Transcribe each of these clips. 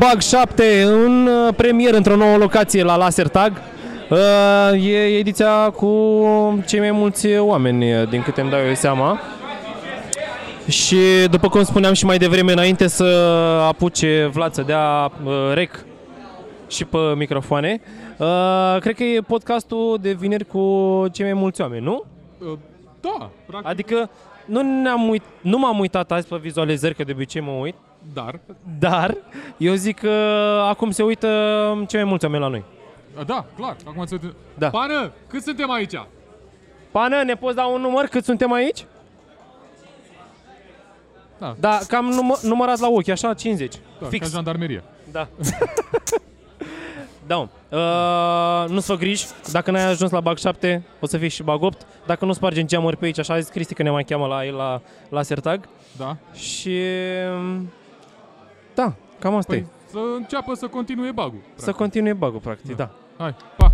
Bug 7 în uh, premier într-o nouă locație la Laser Tag. Uh, E ediția cu cei mai mulți oameni, uh, din câte îmi dau eu seama. Și după cum spuneam și mai devreme înainte să apuce Vlad să dea uh, rec și pe microfoane, uh, cred că e podcastul de vineri cu cei mai mulți oameni, nu? Da, practic, Adică nu, ne-am uit, nu m-am uitat azi pe vizualizări, că de obicei mă uit, dar... dar eu zic că acum se uită cei mai mulți oameni la noi. Da, clar, acum se uită. Da. Pană, cât suntem aici? Pană, ne poți da un număr cât suntem aici? Da, Da, cam numă, numărat la ochi, așa, 50. da fix. ca jandarmerie. Da. da. Uh, nu-ți fă griji, dacă n-ai ajuns la bag 7, o să fii și bag 8. Dacă nu spargem geamuri pe aici, așa a zis Cristi că ne mai cheamă la el la, la Sertag. Da. Și... um, Da, cam asta Păi e. să înceapă să continue bagul. Să practic. continue bagul, practic, da. Hai, pa!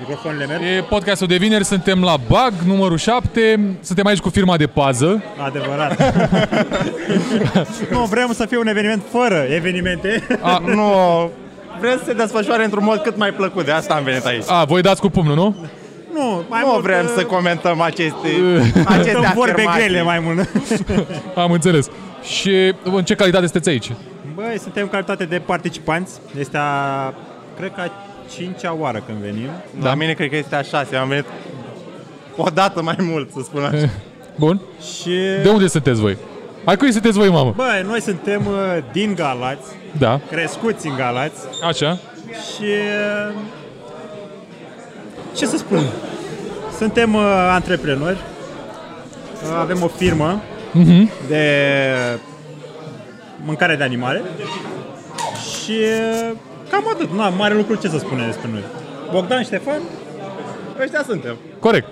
Microfoanele merg? E podcastul de vineri, suntem la BAG, numărul 7. Suntem aici cu firma de pază. Adevărat. nu, vrem să fie un eveniment fără evenimente. A, Nu, vrem să se desfășoare într-un mod cât mai plăcut, de asta am venit aici. a voi dați cu pumnul, nu? Nu, mai Nu mult vrem uh, să comentăm aceste, aceste dăm vorbe afirmații. grele mai mult. Am înțeles. Și în ce calitate sunteți aici? Băi, suntem în calitate de participanți. Este a, cred că a cincea oară când venim. Da. La mine cred că este a șasea, am venit o dată mai mult, să spun așa. Bun. Și, De unde sunteți voi? Ai cui sunteți voi, mamă? băi, noi suntem uh, din Galați, Da. crescuți în Galați Așa. și... uh, Ce să spun? Suntem uh, antreprenori, Uh, avem o firmă Mhm. de mâncare de animale și uh, cam atât, nu am mare lucru ce să spunem despre noi. Bogdan Ștefan, Ăștia suntem. Corect.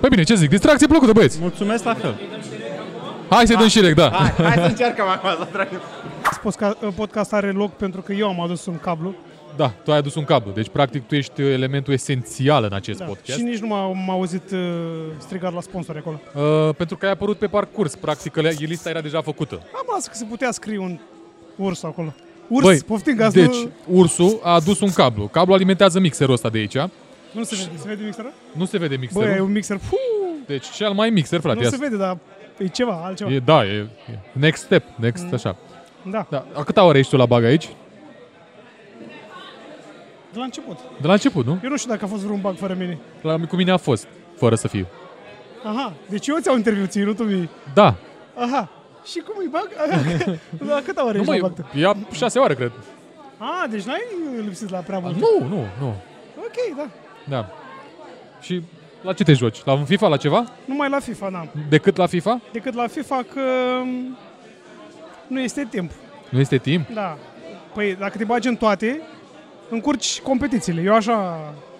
Păi bine, ce zic? Distracție plăcută, băieți. mulțumesc la fel. Ah. Hai să-i dăm și rec, da. Hai, hai să încercăm acum să tragem. Postca- uh, podcast are loc pentru că eu am adus un cablu Da, tu ai adus un cablu. Deci, practic, tu ești elementul esențial în acest da. podcast. și nici nu m-am auzit uh, strigat la sponsor acolo. Uh, pentru că ai apărut pe parcurs, practic, că le- lista era deja făcută. Am lasă că se putea scrie un urs acolo. Urs, Băi, poftim, gaz, deci, nu, ursul a adus un cablu. Cablu alimentează mixerul ăsta de aici. nu se vede, se vede mixerul? Nu se vede Băi, mixerul. e un mixer, Puh, Deci, cel mai mixer, frate. nu ia- se vede, dar e ceva, altceva. E, da, e, e next step, next așa. Mm. Da, Da, a câta oară ești tu la bag aici? de la început. De la început, nu? Eu nu știu dacă a fost vreun bug fără mine. La, cu mine a fost, fără să fiu. Aha, deci eu ți-au interviu ție, nu tu mie. Da, Aha, și cum îi bag? la câta oară nu ești la mă, bug? tu? ia șase oare, cred. A, deci n-ai lipsit la prea mult. Nu, nu, nu, Ok, da. da. Și la ce te joci? La un FIFA, la ceva? Numai la FIFA n-am. Decât la FIFA? decât la FIFA că m, nu este timp. Nu este timp? Da. Păi dacă te bagi în toate, încurci competițiile. Eu așa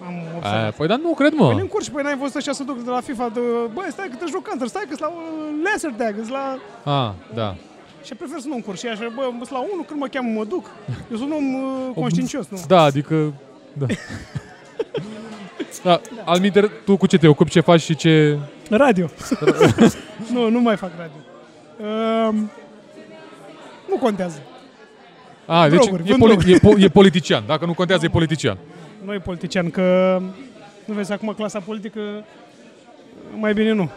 am A, observat. păi dar nu, cred Păi le mă. încurci, păi n-ai văzut așa să duc de la FIFA, de, băi, stai că te joc Counter, stai că la uh, Laser Tag, îs la... A, da. Și prefer să nu încurci. Și așa, bă, îs la unul, când mă cheamă, mă duc. Eu sunt un om uh, conștiincios, nu? Da, adică, da. Da, alminter, tu cu ce te ocupi, ce faci și ce... Radio. nu, nu mai fac radio. Um, nu contează. A, deci Droguri, e, vând poli- droguri. e, po- e politician. Dacă nu contează, e politician. Nu e politician, că nu vezi acum clasa politică, mai bine nu.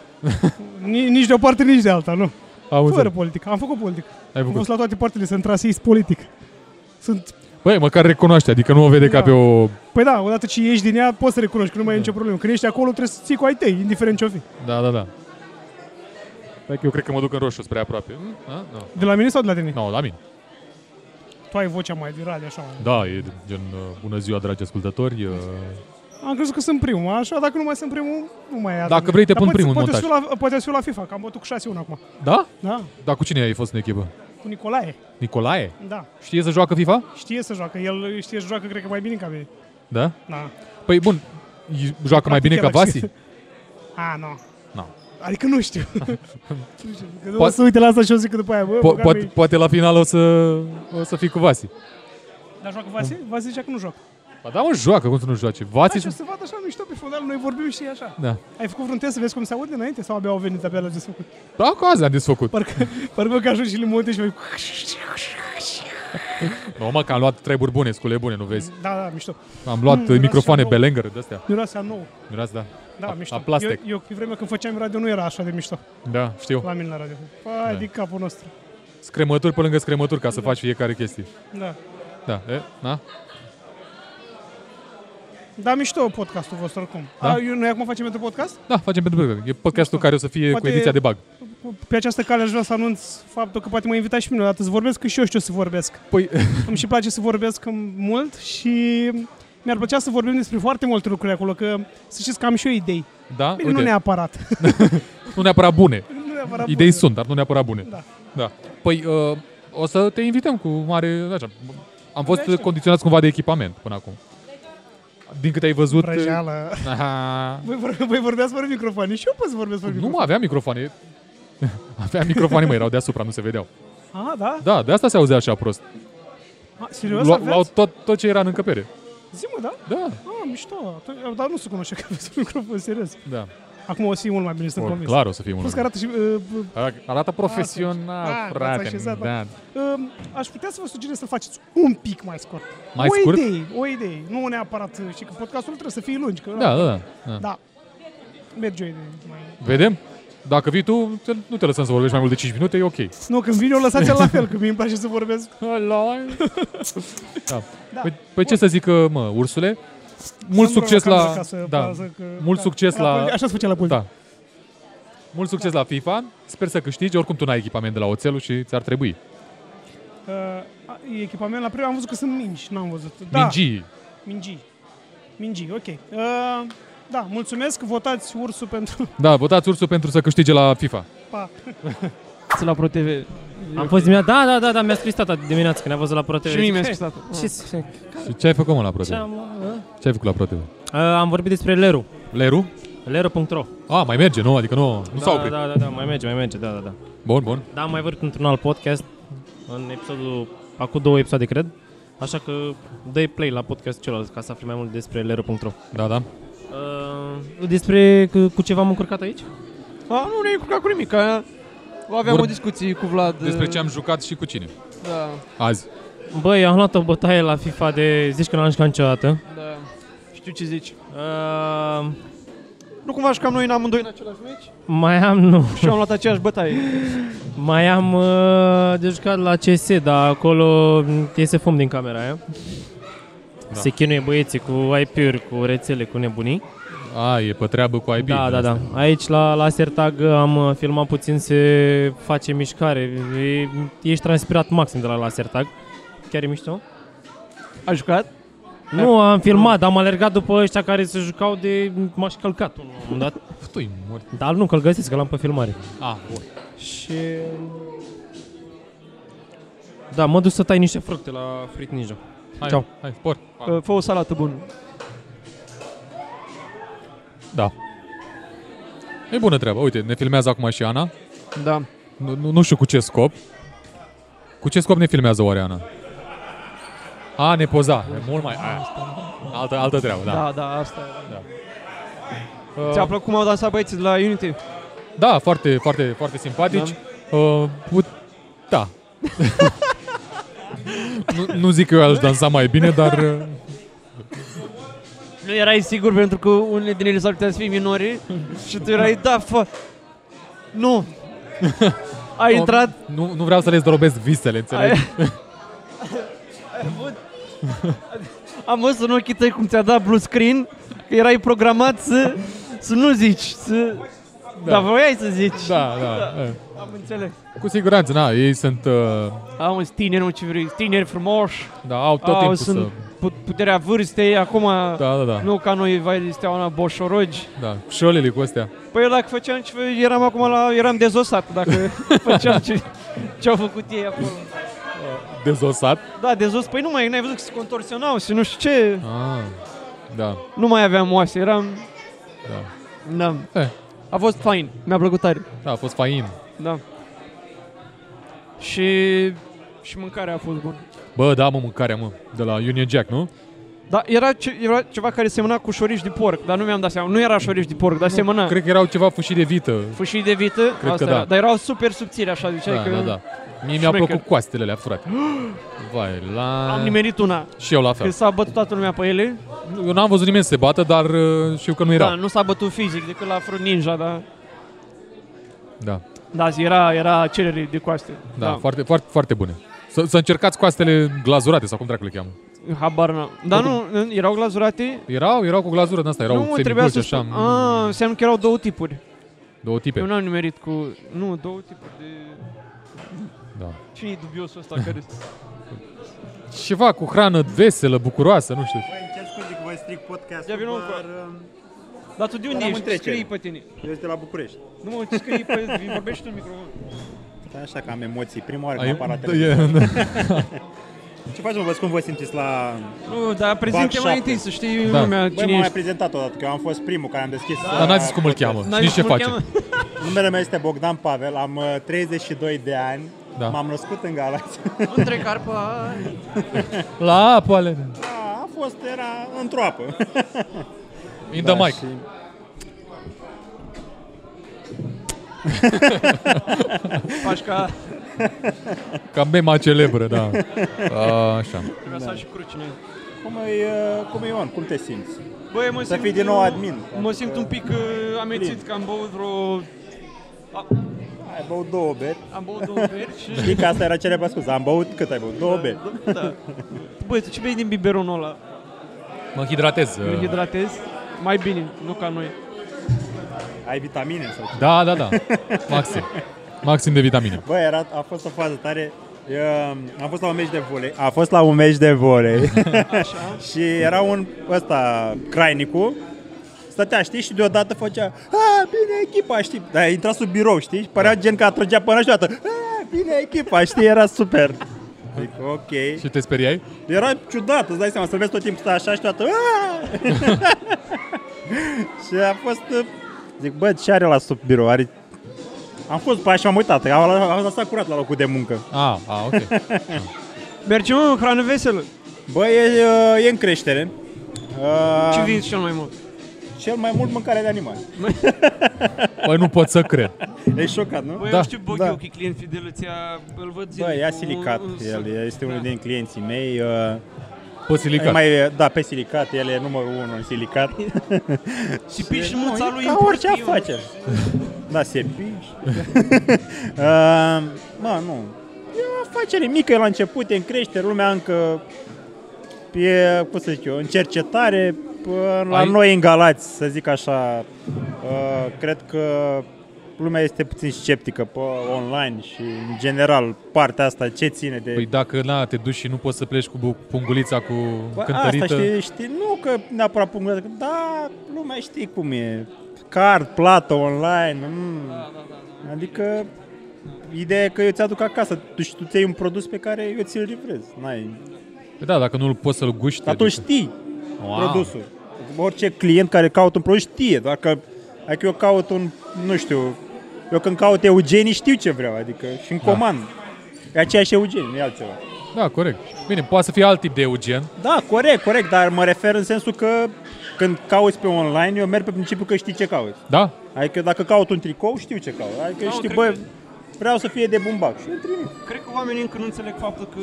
Ni- nici de o parte, nici de alta, nu. Am Fără înțeles. politică. Am făcut politică. Ai Am făcut. fost la toate partele, sunt rasist politic. Sunt... Băi, măcar recunoaște, adică nu o vede ca Da. pe o... Păi da, odată ce ieși din ea, poți să recunoști că nu mai e nicio problemă. Când ești acolo, trebuie să ții cu ai tăi, indiferent ce o fi. Da, da, da. Stai că eu cred că mă duc în roșu spre aproape. Hmm? A? Nu, De la mine sau de la tine? no. no, la mine. Tu ai vocea mai de radio, așa. Da, e gen uh, bună ziua, dragi ascultători. uh, Am crezut că sunt primul, așa, dacă nu mai sunt primul, nu mai e Dacă atent. vrei, te Dar pun poate- primul în poate să fiu la, poate să fiu la FIFA, că am bătut cu 6-1 acum. Da? Da, Da, cu cine ai fost în echipă? cu Nicolae, Nicolae? da. Știe să joacă FIFA? Știe să joacă, el știe să joacă, cred că mai bine ca mine. Da? Da. Păi bun, i- joacă mai bine ca Vasi? A, nu. Nu. Adică nu știu. nu știu că o Poate- să uite la asta și o zic că după aia, bă, Po- po- poate, poate la final o să, o să fii cu Vasi. Dar joacă Vasi? Vasi zicea că nu joacă. Ba da, mă, joacă, cum să nu joace? Vații Hai, sunt... o să vadă așa mișto pe fundal, noi vorbim și așa. Da. Ai făcut vreun test să vezi cum se aude înainte sau abia au venit abia la desfăcut? Da, cu azi am desfăcut. Parcă, parcă că ajungi și le monte și mai... Nu, mă, că am luat treburi bune, scule bune, nu vezi? Da, da, mișto. Am luat miroase mm, microfoane și nou. Belenger de-astea. Miroase a nou. Miras, da. Da, A- mișto. a plastic. Eu, eu, pe vremea când făceam radio nu era așa de mișto Da, știu. Da. la mine la radio. Păi, de capul nostru. Scremături pe lângă scremături ca să faci fiecare chestie. Da. Da, e, na? Da, mișto podcastul vostru oricum. Da? Da? A, eu, noi acum facem pentru podcast? Da, facem pentru Belenger. E podcastul care o să fie Poate- cu ediția de bug. Pe această cale aș vrea să anunț faptul că poate mă invitați și pe mine odată să vorbesc, că și eu știu să vorbesc. Păi, Îmi și place să vorbesc mult și mi-ar plăcea să vorbim despre foarte multe lucruri acolo, că să știți că am și eu idei. da, Bine, uite, nu neapărat. nu neapărat bune. nu neapărat Idei bune. sunt, dar nu neapărat bune. Da. da. Păi, uh, o să te invităm cu mare... Așa. Am fost Abia aștept. condiționați cumva de echipament până acum. Din câte ai văzut... uh, Vrăjeală. Aha. Voi, vor, voi vorbeați fără microfoane și eu pot să vorbesc fără Nu microfoane. mă, aveam microfoane. Aveam microfoane, mă, erau deasupra, nu se vedeau. A, da? Da, de asta se auzea așa prost. A, serios? Lu- Luau aveați? tot, tot ce era în încăpere. Zi mă, da? Da, A, mișto. Atunci- Dar nu se cunoște că aveți un microfon, serios. da. Acum o să fie mult mai bine, sunt Or, convins. clar o să fie unul. Plus că arată și... Uh, uh, Ar- Arată Ah, profesional, atunci. Ah, frate. v-ați așezat, Da. uh, aș putea să vă sugerez să faceți un pic mai scurt. Mai o scurt? idee, o idee. Nu neapărat. uh, Și că podcastul trebuie să fie lungi. Că, Da, da, da. Da. Merge o idee. Mai... Vedem? Dacă vii tu, te- nu te lăsăm să vorbești mai mult de 5 minute, e ok. Nu, când vine o lăsați la fel, că mie îmi place să vorbesc. da. Da. Păi, păi ce să zic, uh, mă, ursule? Mult Să-mi succes rog o la... cameră ca să- Da. ca să- că- Mult da. succes la... Așa se făcea la Da. pult. Da. Mult succes la FIFA. Sper să câștigi. Oricum tu n-ai echipament de la oțelul și ți-ar trebui. Uh, a- e echipament la prima, am văzut că sunt mingi, n-am văzut. Da. Da. Mingii. Mingi. Mingi, ok. Uh, da, mulțumesc, votați ursul pentru... Da, votați ursul pentru să câștige la FIFA. Pa. la Pro TV. Am fost dimineața, da, da, da, da mi-a scris tata dimineața când a văzut la Pro TV. Și mie mi-a Zice, scris tata. "Hei, Ce, Și ce ai făcut, mă, la ProTV? ce am, a? Ce ai făcut la ProTV? A, am vorbit despre Leru, Leru? leru.ro. A, mai merge, nu? Adică nu, nu s-a Da, oprit. da, da, da, mai merge, mai merge, da, da, da. Bun, bun. Dar am mai vorbit într-un alt podcast, în episodul, acum două episoade, cred. Așa că dai play la podcastul celălalt ca să afli mai mult despre leru.ro. Da, da. Uh, despre că, cu ce v-am încurcat aici? A, nu ne-ai curcat cu nimic, că aveam Vorb- o discuție cu Vlad. Despre ce am jucat și cu cine. Da, Azi. Băi, am luat o bătaie la FIFA de zici că n-am jucat niciodată. da. Știu ce zici. Uh, Nu cumva jucam noi în amândoi în același meci mai am, nu. și am luat aceeași bătaie. Mai am uh, de jucat la CS, dar acolo m, iese fum din camera aia. Da. Se chinuie băieții cu IP-uri, cu rețele, cu nebunii. A, e pe treabă cu IP. da, da, da. Aici la, la Sertag am uh, filmat puțin, se face mișcare. E, ești transpirat maxim de la la Sertag. Chiar e mișto? Ai jucat? Nu, am filmat, am alergat după ăștia care se jucau de... M-aș călcat unul la un moment dat. Tu-i mort. Dar nu, că-l găsesc, că l-am pe filmare. Ah, A, bun. Și... Da, mă duc să tai niște fructe la Fruit Ninja. Hai, Ciao. hai, spor. Uh, Fă o salată bună. Da. E bună treaba. Uite, ne filmează acum și Ana. Da. Nu, nu, nu știu cu ce scop. Cu ce scop ne filmează oare Ana? A, ne poza. E mult mai... Aia. Altă, altă treabă, da. Da, da, asta e. Da. Ți-a plăcut cum au dansat băieții de la Unity? Uh, Da, foarte, foarte, foarte simpatici. Da. Uh, put- da. nu, nu zic că eu aș dansa mai bine, dar... uh, Nu erai sigur pentru că unele din ele s-ar putea să fie minori și tu erai, da, fă... Nu! Ai intrat, Nu, nu vreau să le zdrobesc visele, înțelegi? am văzut în ochii tăi cum ți-a dat blue screen, că erai programat să, să nu zici, să... Da. Dar voiai să zici. Da, da. da. Am înțeles. Cu siguranță, na, ei sunt... Uh, Am un tineri, nu ce vrei, tineri frumoși. da, au tot Au, timpul sunt să... put- puterea vârstei, acum... Da, da, da. Nu ca noi, vai de steaua la Boșorogi. da. Cu șolele cu astea. Păi eu dacă făceam ce eram acum la... eram dezosat dacă făceam ce, ce-au făcut ei acolo. Dezosat. Da, dezos, păi nu mai, n-ai văzut că se contorsionau și nu știu ce. Ah, da. Nu mai aveam oase, eram... Da. Da. Eh. A fost fain, mi-a plăcut tare. Da, a fost fain. Da. Și... Și mâncarea a fost bună. Bă, da, mă, mâncarea, mă, de la Union Jack, nu? Da, era, ce, era ceva care semăna cu șoriș de porc, dar nu mi-am dat seama. Nu era șoriș de porc, dar semăna. Cred că erau ceva fușii de vită. Fâșii de vită, Cred asta că era. da. dar erau super subțiri așa, ziceai Da, că da, da. Mie mi-a șmecher. plăcut coastele alea, frate. Vai, la... am nimerit una. Și eu la Că fel. s-a bătut toată lumea pe ele. Eu n-am văzut nimeni să se bată, dar uh, știu că nu Da, era. nu s-a bătut fizic decât la Fruit Ninja, dar Da, da, era, era cerere de coaste. da, foarte, foarte, foarte bune. Să, să încercați coastele glazurate sau cum dracu le cheamă. Da. Habar n-am. Dar nu, erau glazurate. Erau, erau cu glazură de asta, erau nu, trebuia semicruci să așa, mm, spun. Ah, înseamnă că erau două tipuri. două Eu tipe. n-am nimerit cu... Nu, două tipuri de... Da. Cine e dubiosul ăsta care... Ceva cu hrană veselă, bucuroasă, nu știu. Băi, îmi cer scuze că vă stric Ia podcastul, vină încoa. dar um, Dar tu de unde Dar am ești? întrecere. Scrii pe tine. eu sunt de la București. Nu mă, scrii pe... Vorbește tu în microfon. Stai așa că am emoții. Prima oară Ai- când apar la da, televizor. e, da. Ce faci, mă, vă spun, vă simțiți la... Nu, dar prezinte mai șapte. întâi să știi Da. lumea Băi, cine m-am mai ești. prezentat odată, că eu am fost primul care am deschis... uh, Dar n-a zis cum îl cheamă, N-ai nici ce cum îl face. cheamă? Numele meu este Bogdan Pavel, am uh, 32 de ani, Da. m-am născut în Galați. Între carpa... La apă alea. A, a fost, era într-o apă. Da, In the mic. și- Faci ca... Ca mema celebră, da. A, așa. Trebuia să ai și crucine. Cum e, uh, cum e Ion? Cum te simți? Băi, Păi mă Să simt... fii din nou admin. Mă simt un pic uh, amețit că am băut vreo... Ai băut două beri. Am băut două beri și... Știi că asta era cerea pe scuză. Am băut cât ai băut? Două beri. Da. Băi, tu ce bei din biberonul ăla? Mă hidratez. uh, Îl hidratezi? Mai bine, nu ca noi. Ai vitamine sau ce? Da, da, da. Maxim. Maxim de vitamine. Bă, era, a fost o fază tare. Eu, am fost la un meci de volei. A fost la un meci de volei. Așa. și era un ăsta, crainicu, stătea, știi, și deodată făcea A, bine echipa, știi, dar intra sub birou, știi, și părea gen că atrăgea până și deodată A, bine echipa, știi, era super. Zic, ok. Și te speriai? Era ciudat, îți dai seama, să vezi tot timpul stai așa și toată "Aaa!" Și a fost uh, Zic, bă, ce are la sub birou? Are... Am fost pe aia și m-am uitat, am, am lăsat curat la locul de muncă A, a, ok. Mergem mă, în hrană veselă. Bă, e, uh, e în creștere Uh, Ce vinzi cel mai mult? Cel mai mult mâncare de animale Păi nu pot să cred. E șocat, nu? Băi, Da, eu știu Boghiu, da. că e client fidelăția, îl văd zilnic. Bă, ia cu silicat, un sac. el este unul Da. din clienții mei. Uh, Poți e silicat. mai, da, pe silicat, el e numărul unu în silicat. Și piși Nu, muța e lui ca în orice prostie, mă. afacere. da, se piș. uh, mă, nu. E o afacere mică, e la început, e în creștere, lumea încă e, cum să zic eu, în cercetare. Până la Ai- noi în Galați, să zic așa, uh, cred că lumea este puțin sceptică pe online și în general partea asta ce ține de Păi dacă na, te duci și nu poți să pleci cu bu- pungulița cu Bă, cântărită, Păi, Asta știi, știi, nu că neapărat punct, da, lumea știi cum e. Card, plată, online, mm. adică ideea e că eu ți-aduc acasă, tu, și tu ți iei un produs pe care eu ți-l livrez. N-ai. Păi da, dacă nu-l poți să-l guști, Dar tu adică- știi Wow. produsul. Orice client care caută un produs știe, dacă, dacă eu caut un, nu știu, eu când caut Eugenii știu ce vreau, adică și îmi comand. E aceeași Eugenii, nu e altceva. Da, corect. Bine, poate să fie alt tip de eugen. Da, corect, corect, dar mă refer în sensul că când cauți pe online, eu merg pe principiu că știi ce cauți. Da? Adică dacă caut un tricou, știu ce caut. Adică Da, știu, cred bă, că- vreau să fie de bumbac și îl trimit. Cred că oamenii încă nu înțeleg faptul că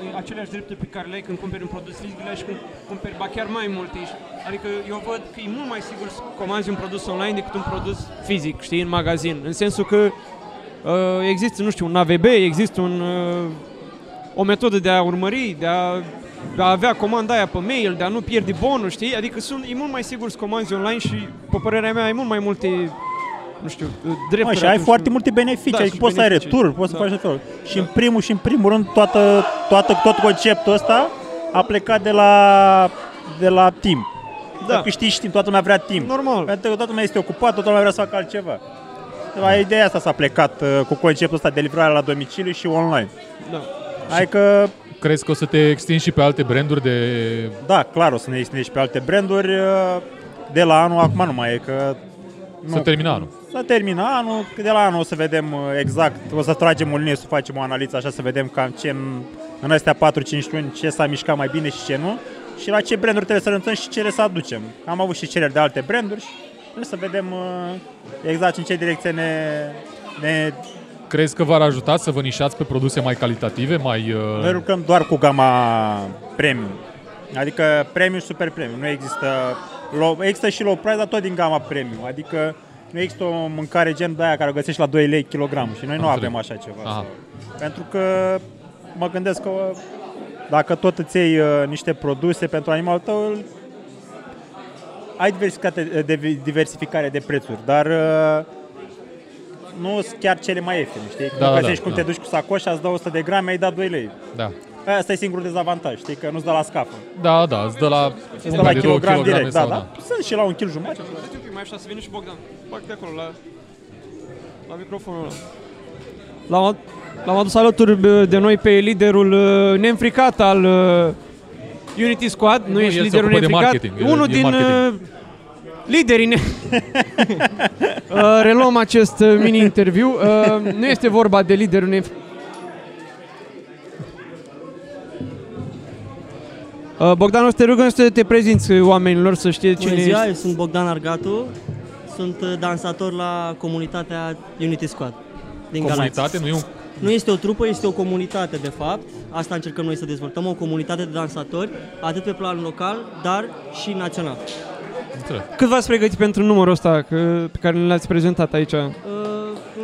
ai aceleași drepturi pe care le ai când cumperi un produs fizic, le ai și când cumperi, ba chiar mai multe. Adică eu văd că e mult mai sigur să comanzi un produs online decât un produs fizic, știi, în magazin. În sensul că uh, există, nu știu, un AVB, există un, uh, o metodă de a urmări, de a, de a avea comanda aia pe mail, de a nu pierde bonul, știi? Adică sunt, e mult mai sigur să comanzi online și, pe părerea mea, ai mult mai multe nu știu, uh, drepturi. Mă, și ai atunci foarte când- multe beneficii, Da, da, și adică poți să ai beneficii. retur, poți Da. să faci tot. Și în primul și în primul rând, toată, toată, tot conceptul ăsta a plecat de la, de la timp. Da. Da. Câștigi timp, toată lumea vrea timp. Normal. Pentru că toată lumea este ocupată, toată lumea vrea să facă altceva. La ideea asta s-a plecat uh, cu conceptul ăsta de livrare la domiciliu și online. Da. Adică Crezi că o să te extinzi și pe alte branduri de... Da, clar, o să ne extindem și pe alte branduri. uh, De la anul, acum nu mai e, că... Nu, S-a terminat anul. S-a terminat anul, că de la anul o să vedem exact, o să tragem o linie, să facem o analiză, așa să vedem cam ce în, în astea 4-5 luni, ce s-a mișcat mai bine și ce nu. și la ce branduri trebuie să renunțăm și ce le să aducem. Am avut și cereri de alte branduri și trebuie să vedem uh, exact în ce direcție ne, ne Crezi că v-ar ajuta să vă nișați pe produse mai calitative, mai... uh, Noi lucrăm doar cu gama premium. Adică premium, super premium. Nu există low, există și low price, dar tot din gama premium. Adică nu există o mâncare gen de aia care o găsești la 2 lei kilogramul și noi nu înțeleg. avem așa ceva. Aha. Pentru că mă gândesc că dacă tot îți iei uh, niște produse pentru animalul tău, îl- ai diversificate, de- diversificare de prețuri, dar uh, nu sunt chiar cele mai ieftine, știi? Da, Da, nu da, da, cum da. te duci cu sacoșa, îți dă 100 de grame, ai dat 2 lei. Da. Asta e singurul dezavantaj, știi, că nu-ți dă la scapă. Da, da, îți dă la Îți de dă la două kilogram kilograme direct, da, sau da. Sunt și la un kil jumătate. Stai un pic, mai așa să vină și Bogdan. Fac de acolo, la, la microfonul ăla. L-am, ad- l-am adus alături bă, de noi pe liderul uh, neînfricat al uh, Unity Squad. Nu, Nu, el ești se liderul ocupă de neînfricat. marketing, el- Unul e din marketing. uh, liderii ne- Uh, Reluăm acest uh, mini-interviu. Uh, Nu este vorba de liderul neînfricat. Uh, Bogdan, o să te rugăm să te prezinți uh, oamenilor, să știe cine Bună ziua, ești. eu sunt Bogdan Argatu, sunt uh, dansator la comunitatea Unity Squad din Comunitate, Galați. nu e un... Nu este o trupă, este o comunitate de fapt. Asta încercăm noi să dezvoltăm, o comunitate de dansatori, atât pe plan local, dar și național. Înțeleg. Cât v-ați pregătit pentru numărul ăsta că, pe care l-ați prezentat aici? Uh,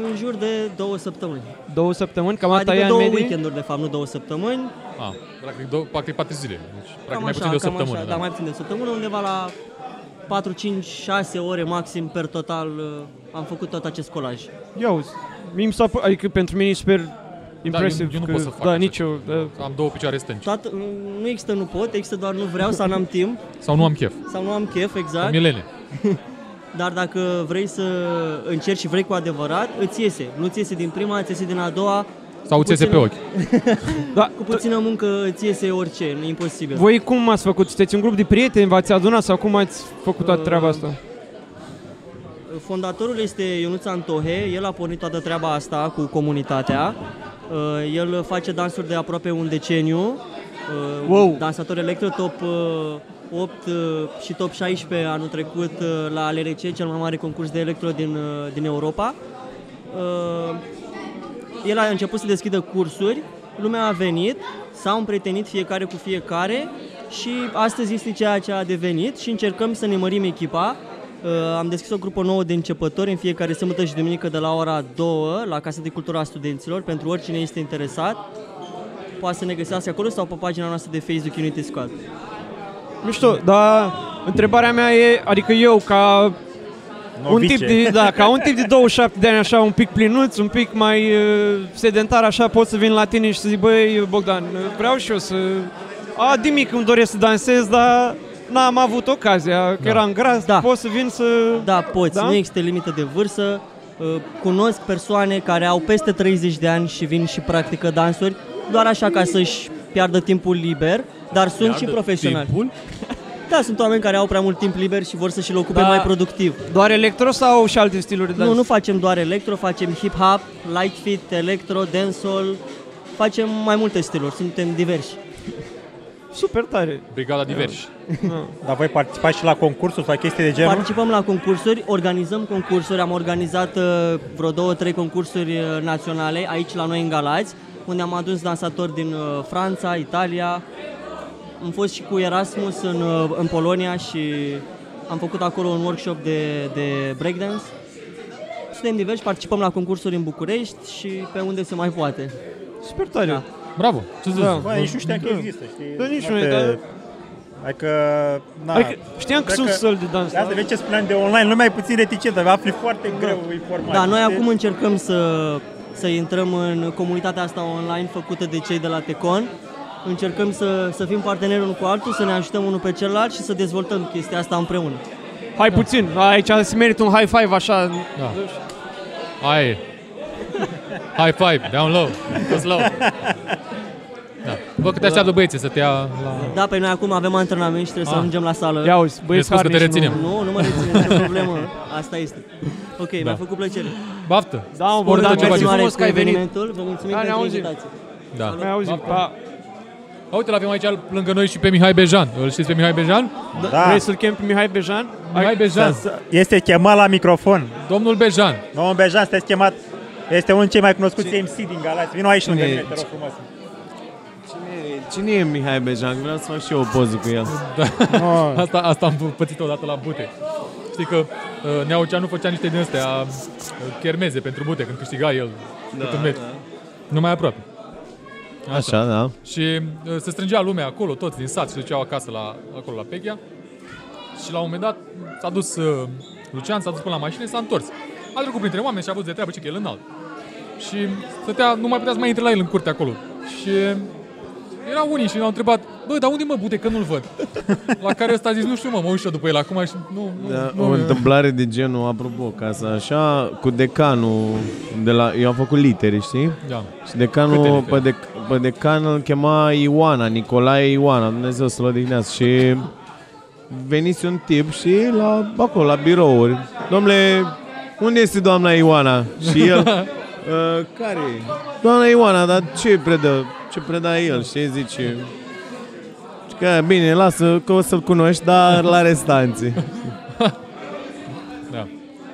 În jur de două săptămâni. Două săptămâni? Cam asta e Adică în două medie? weekenduri, de fapt, nu două săptămâni. da. A, Ah, practic, două, practic patru zile. Deci, practic cam mai așa, puțin de o cam săptămână. așa, da. dar mai puțin de o săptămână, undeva la 4, 5, 6 ore maxim per total uh, am făcut tot acest colaj. Ia uzi, mi s-a pă- adică pentru mine e super impresiv. eu- eu nu că- pot să fac Da, așa nici eu. Da. Am două picioare stânci. Toată, nu există nu pot, există doar nu vreau sau n-am timp Sau nu am chef. sau nu am chef, exact. Milene. Dar dacă vrei să încerci și vrei cu adevărat, îți iese. Nu ți iese din prima, îți iese din a doua. Sau ți iese pe puțină- ochi. da. Cu puțină muncă îți iese orice, nu e imposibil. Voi cum ați făcut? Sunteți un grup de prieteni? V-ați adunat sau cum ați făcut toată treaba asta? Fondatorul este Ionuț Antohe, el a pornit toată treaba asta cu comunitatea. Uh, El face dansuri de aproape un deceniu. Uh, Wow! Dansator electro top uh, 8 uh, și top 16 anul trecut uh, la LRC, cel mai mare concurs de electro din, uh, din Europa. Uh, El a început să deschidă cursuri, lumea a venit, s-au împrietenit fiecare cu fiecare și astăzi este ceea ce a devenit și încercăm să ne mărim echipa. Uh, Am deschis o grupă nouă de începători în fiecare sâmbătă și duminică de la ora 2 la Casa de Cultura a Studenților pentru oricine este interesat. Poate să ne găsească acolo sau pe pagina noastră de Facebook Unity Squad. Mișto, dar întrebarea mea e, adică eu ca un tip de, da, ca un tip de 27 de ani așa un pic plinuț, un pic mai uh, sedentar așa, pot să vin la tine și să zic, băi Bogdan, uh, vreau și eu să a, din mic îmi doresc să dansez, dar n-am avut ocazia, că Da. eram gras, Da. pot să vin să... Da, poți, Da? da? nu există limită de vârstă. Uh, Cunosc persoane care au peste 30 de ani și vin și practică dansuri, doar așa ca să-și piardă timpul liber, dar sunt și profesionali. Timpul? Da, sunt oameni care au prea mult timp liber și vor să-și-l ocupe Da. mai productiv. Doar electro sau și alte stiluri de dans? Nu, nu facem doar electro, facem hip-hop, light fit, electro, dancehall, facem mai multe stiluri, suntem diversi. Super tare. Brigada diversi. Dar voi participați și la concursuri sau chestii de genul? Participăm la concursuri, organizăm concursuri, am organizat uh, vreo două, trei concursuri uh, naționale aici la noi în Galați, unde am adus dansatori din uh, Franța, Italia. Am fost și cu Erasmus în, uh, în Polonia și am făcut acolo un workshop de, de breakdance. Suntem diversi, participăm la concursuri în București și pe unde se mai poate. Super tare. Da. Bravo. Ce zici? Da. Bă, nici nu știam că există, știi? Da, nici Foarte- noi, dar- Adică, na, Adică știam că sunt săli de dans. Da, Da? de ce spuneam de online, lumea e puțin reticentă, afli foarte greu informații. Da, noi știi? acum încercăm să, să intrăm în comunitatea asta online făcută de cei de la Tecon. Încercăm să, să fim parteneri unul cu altul, să ne ajutăm unul pe celălalt și să dezvoltăm chestia asta împreună. Da. Hai puțin, aici se merită un high five așa. Da. Aia e. High five, down low, go slow. Da. Vă că te așteaptă băieții să te ia la... Da, pe noi acum avem antrenament și trebuie Ah. să ajungem la sală. Ia uzi, Mi-ai băieți spus că te harnici. reținem. Nu, nu mă reține, nicio problemă. Asta este. Ok, mi-a făcut plăcere. Da. Baftă. Da, mă, Spune-te Bogdan, ce mersi faci. frumos cu că ai venit. evenimentul. Vă mulțumim Da, ne pentru auzim. invitație. Da. Ne auzim, Baftă. pa. A, uite, l-avem aici lângă noi și pe Mihai Bejan. Îl știți pe Mihai Bejan? Da. Vrei să-l chem pe Mihai Bejan? Mihai Bejan. Este chemat la microfon. Domnul Bejan. Domnul Bejan, sunteți chemat. Este unul dintre cei mai cunoscuți MC din Galați. Vino aici lângă Cine- mine, te rog frumos. Cine e Mihai Bejan? Vreau să fac și eu o poză cu el. Da. No. Asta, asta am pățit odată la bute. Știi că uh, Neaucea nu făcea niște din astea uh, chermeze pentru bute când câștiga el da, cât un meci. Da. Nu mai aproape. Așa, da. Și uh, se strângea lumea acolo, toți din sat, se duceau acasă la, acolo la Pechea. Și la un moment dat s-a dus uh, Lucian, s-a dus până la mașină și s-a întors. A trecut printre oameni și a văzut de treabă ce că el înalt. Și stătea, nu mai putea să mai intre la el în curte acolo. Și erau unii și l-au întrebat, bă, dar unde mă bute că nu-l văd? la care ăsta a zis, nu știu mă, mă uit și eu după el acum și nu, nu, Da, nu, o întâmplare de genul, apropo, ca să așa, cu decanul de la... Eu am făcut litere, știi? Da. Și Câte decanul, litere? pe, de, pe decan îl chema Ioana, Nicolae Ioana, Dumnezeu să-l odihnească. Și veniți un tip și la, acolo, la birouri. Domnule, unde este doamna Ioana? Și el, "Uh, care e? Doamna Ioana, dar ce predă? Ce preda el? Și zice, că bine, lasă că o să-l cunoști, dar la restanții. Da.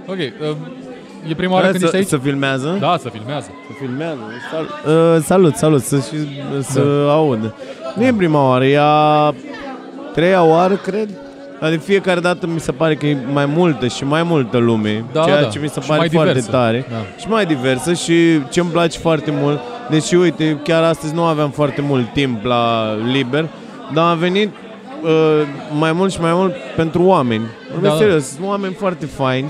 Ok, uh, e prima oară când să, ești aici? să filmează? Da, să filmează. Să filmează. Salut, uh, salut, salut să, și, să Da. aud. Nu e prima oară, e a treia oară, cred. Dar de fiecare dată mi se pare că e mai multă și mai multă lume, Da, ceea da. ce mi se Și pare mai foarte diversă. tare. Da. Și mai diversă și ce îmi place foarte mult, deși uite, chiar astăzi nu aveam foarte mult timp la liber, dar am venit uh, mai mult și mai mult pentru oameni. Vorbesc da. serios, sunt oameni foarte faini,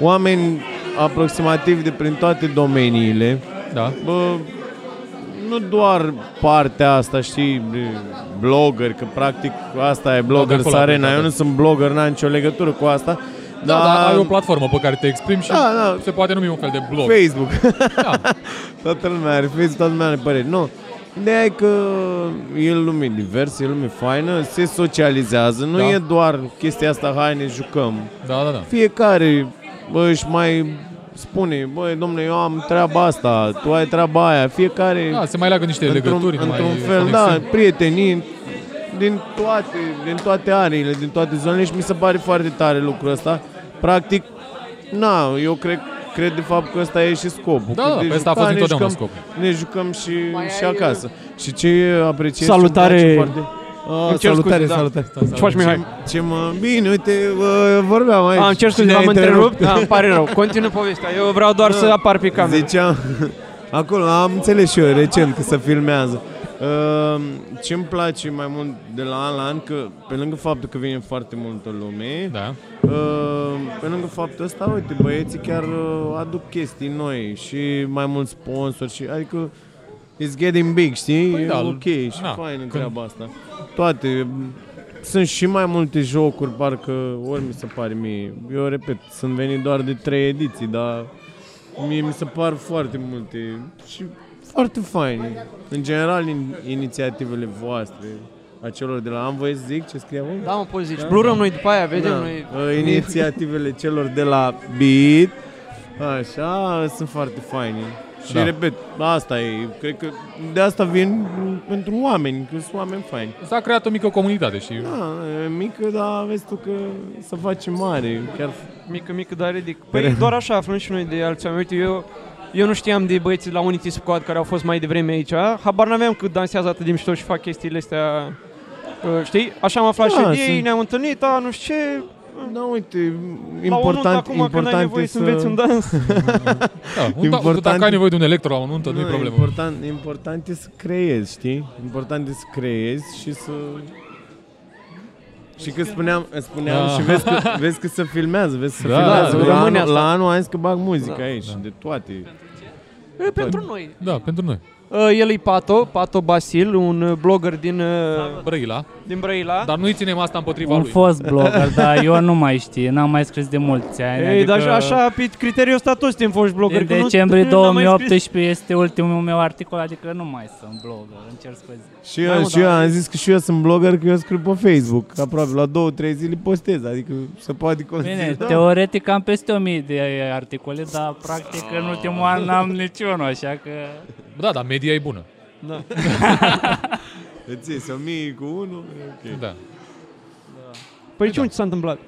oameni aproximativ de prin toate domeniile. Da. Bă, nu doar partea asta, știi, de blogger, că practic asta e blogger acolo, Sarena, da, eu da. nu sunt blogger, n-am nicio legătură cu asta, Da, dar da, ai o platformă pe care te exprimi și Da, da. se poate numi un fel de blog. Facebook. Da. toată lumea are Facebook, toată lumea are păreri. Nu. Ideea e că e lume diversă, e lume faină, se socializează, nu Da. e doar chestia asta, hai ne jucăm. Da, da, da. Fiecare bă, își mai spune, băi, domnule, eu am treaba asta, tu ai treaba aia, fiecare Da, se mai leagă niște într-un, legături, într-un mai fel, da, conexiuni. prietenii din toate, din toate areile, din toate zonele și mi se pare foarte tare lucrul ăsta. Practic, na, eu cred cred de fapt că ăsta e și scopul. Da, Că da, de pe ăsta a juca fost ne întotdeauna jucăm- scopul. Ne jucăm și, și acasă. Și ce apreciez Salutare! și îmi place foarte- Ah, Îmi cer salutare, scuze, da. salutare. Ce faci, Mihai? Ce mă... Bine, uite, uh, vorbeam aici. Am ah, cer și scuze, ne-ai am întrerupt. întrerupt. Da, îmi pare rău. Continuă povestea. Eu vreau Da. doar să apar pe cameră. Ziceam, acolo am înțeles și eu recent că se filmează. Uh, Ce îmi place mai mult de la an la an, că pe lângă faptul că vine foarte multă lume, Da. uh, pe lângă faptul ăsta, uite, băieții chiar uh, aduc chestii noi și mai mulți sponsori și adică it's getting big, știi? Păi e da, ok și na, fain când- treaba asta. Toate, sunt și mai multe jocuri, parcă ori mi se pare mie. Eu repet, sunt venit doar de trei ediții, dar mie mi se par foarte multe și foarte faine. În general, in, inițiativele voastre, a celor de la am voie să zic ce scrie acolo? Da, mă, poți zici. Blurăm noi după aia, vedem noi. Uh, Inițiativele celor de la Beat, așa, sunt foarte faine. Și Da. repet, asta e, cred că de asta vin pentru oameni, că sunt oameni faini. S-a creat o mică comunitate și Da, e mică, dar vezi tu că se face mare, chiar Mică, mică, dar ridic. Păi doar așa aflăm și noi de alți oameni. Uite, eu, eu nu știam de băieții de la Unity Squad care au fost mai devreme aici. Habar n-aveam că dansează atât de mișto și fac chestiile astea. uh, Știi? Așa am aflat Da, și de ei, sunt- ne-am întâlnut, a, nu știu ce. Da, uite, La o nuntă important, acum când important ai nevoie e să să... înveți un dans. da, un ta, Important- dacă ai nevoie de un electro la o nuntă, nu e Nu, problemă. Important, important e să creezi, știi? Important e să creezi și să... Și că spuneam, spuneam Da. și vezi că, vezi că se filmează, vezi că se Da, filmează. da, la, anul, rămâne asta. Da. la anul am zis că bag muzică aici, de toate. E, pentru noi. Da, pentru noi. Uh, El e Pato, Pato Basil, un uh, blogger din, uh, Brăila, din Brăila. dar nu-i ținem asta împotriva Un lui. fost blogger, dar eu nu mai știu, n-am mai scris de mulți ani. Ei, dar așa, pe criteriul ăsta toți suntem foști blogeri. În că nu- decembrie n-am mai scris. 2018 este ultimul meu articol, adică nu mai sunt blogger, îmi cer scuze. Și Da, eu, și eu am zis că și eu sunt blogger, că eu scriu pe Facebook. Aproape la două, trei zile postez, adică se poate considera. Da. Bine, teoretic am peste 1000 de articole, dar practic în ultimul an n-am niciunul, așa că... Da. Da, dar media e bună. Îți iese 1000 cu 1. Okay. Da. Păi ce unde s-a întâmplat?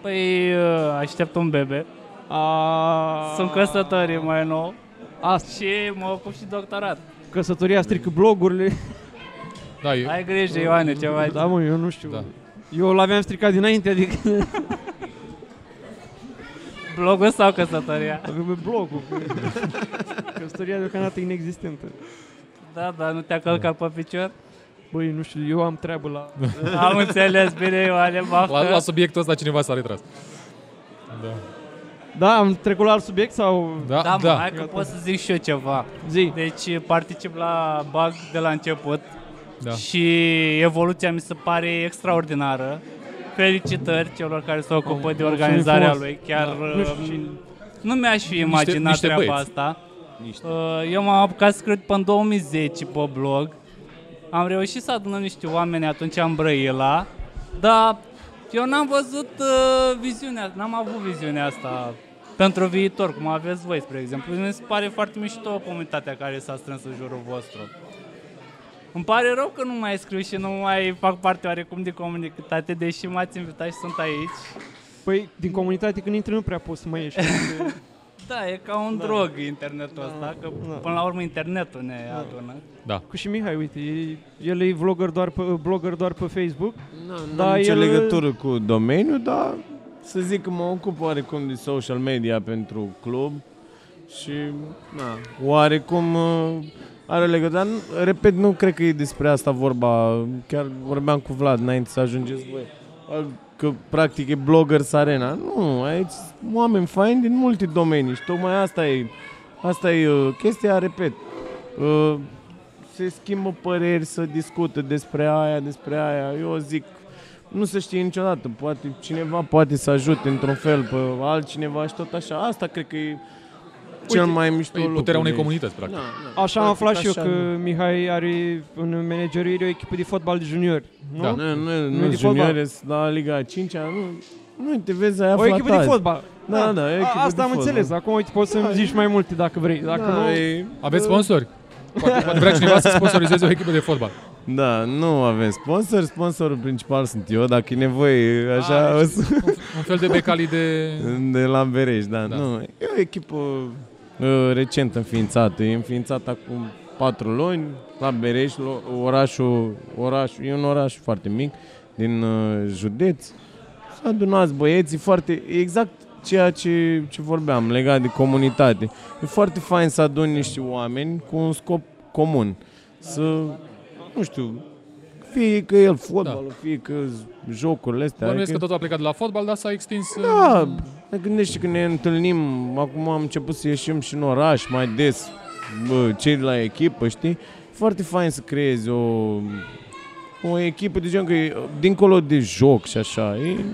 Păi uh, aștept un bebe. A... Sunt căsătorit mai nou. Asta. Și mă ocup și doctorat. Căsătoria strică blogurile. Da, eu... Ai grijă, Ioane, ce faci? Da, mă, eu nu știu. Da. Eu l-aveam stricat dinainte, adică... Blogul sau căsătoria? Blogul. Căsătoria deocamdată inexistentă. Da, da, nu te-a călcat pe picior? Băi, Păi, nu știu, eu am treabă la... Am înțeles bine, Ioane, baftă. La, la subiectul ăsta cineva s-a retras. Da. Da, am trecut la alt subiect sau... Da, da, da. Mă, hai că pot să zic și eu ceva. Zi. Deci particip la bug de la început Da. și evoluția mi se pare extraordinară. Felicitări celor care se ocupă de organizarea frumos. lui. Chiar Da. uh, Nu știu. nu mi-aș fi Niște- imaginat niște treaba băieți. asta. Niște. Uh, Eu m-am apucat să scriu până în 2010 pe blog. Am reușit să adunăm niște oameni atunci în Brăila, dar eu n-am văzut uh, viziunea, n-am avut viziunea asta pentru viitor, cum aveți voi, spre exemplu. Mi se pare foarte mișto comunitatea care s-a strâns în jurul vostru. Îmi pare rău că nu mai scriu și nu mai fac parte oarecum de comunitate, deși m-ați invitat și sunt aici. Păi, din comunitate când intri nu prea poți să mai ieși. Da, e ca un Da. drog internetul ăsta, că până la urmă internetul ne adună. Da. Cu și Mihai, uite, e- el e vlogger doar pe, blogger doar pe Facebook. Nu am nicio legătură cu domeniul, dar să zic că mă ocup oarecum de social media pentru club și na, oarecum uh, are legătură. Dar, nu- repet, nu cred că e despre asta vorba. Chiar vorbeam cu Vlad înainte să ajungeți voi. Al- Că practic e bloggers arena. Nu, aici sunt oameni faini din multe domenii și tocmai asta e, asta e uh, chestia, repet. Uh, se schimbă păreri, să discută despre aia, despre aia. Eu zic, nu se știe niciodată. Poate cineva poate să ajute într-un fel pe altcineva și tot așa. Asta cred că e cel Uite, mai mișto e lucru. Păi, puterea unei de aici. comunități, practic. Așa am aflat și eu așa, că Mihai are în managerire o echipă de fotbal de juniori. Nu? Da. Nu, nu, e nu, de nu fotbal. junior, la Liga 5 nu, nu, te vezi aia O echipă de flatat. fotbal. Da, da, da e o echipă de A, asta am fotbal. înțeles. Acum uite, poți să-mi zici mai multe dacă vrei. Dacă Da, nu... e- Aveți sponsori? Poate, poate vrea cineva să sponsorizeze o echipă de fotbal. Da, nu avem sponsor, sponsorul principal sunt eu, dacă e nevoie, așa, Ah, o să... un fel de becali de- De Lambereș, da, da. nu, e o echipă uh, recent înființată, e înființată acum patru luni, la Bereș, lo- orașul, orașul, e un oraș foarte mic, din uh, județ, s-a adunat băieții foarte, e exact ceea ce, ce vorbeam, legat de comunitate. E foarte fain să aduni niște oameni cu un scop comun, să, nu știu, fie că el fotbalul, da. fie că jocurile astea. Bănuiesc că adică- totul a plecat de la fotbal, dar s-a extins... uh, da, ne gândește că ne întâlnim, acum am început să ieșim și în oraș mai des, bă, cei de la echipă, știi? Foarte fain să creezi o, o echipă de gen că e dincolo de joc și așa, e,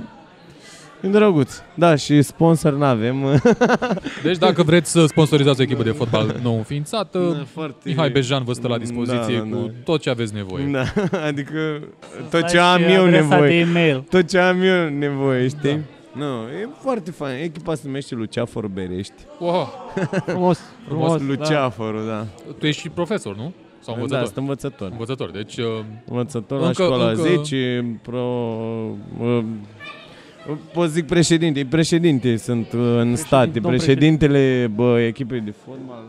e drăguț. Da, și sponsor n-avem. Deci dacă vreți să sponsorizați o echipă de fotbal nou înființată, Da, foarte- Mihai Bejan vă stă la dispoziție Da, da, cu da. tot ce aveți nevoie. Da, adică tot stai ce am și eu adresa nevoie. de e-mail. Tot ce am eu nevoie, știi? Da. Nu, e foarte fain. Echipa se numește Luceafărul Berești. Wow. Frumos, frumos, Luceafărul, da. Oh, Tu ești și profesor, nu? Sau Da, învățător? sunt învățător. Învățător, deci... uh, Învățător la școala încă... 10, pro... uh, Pot zic președinte, președinte sunt uh, în state, domn președintele bă, echipei de fotbal,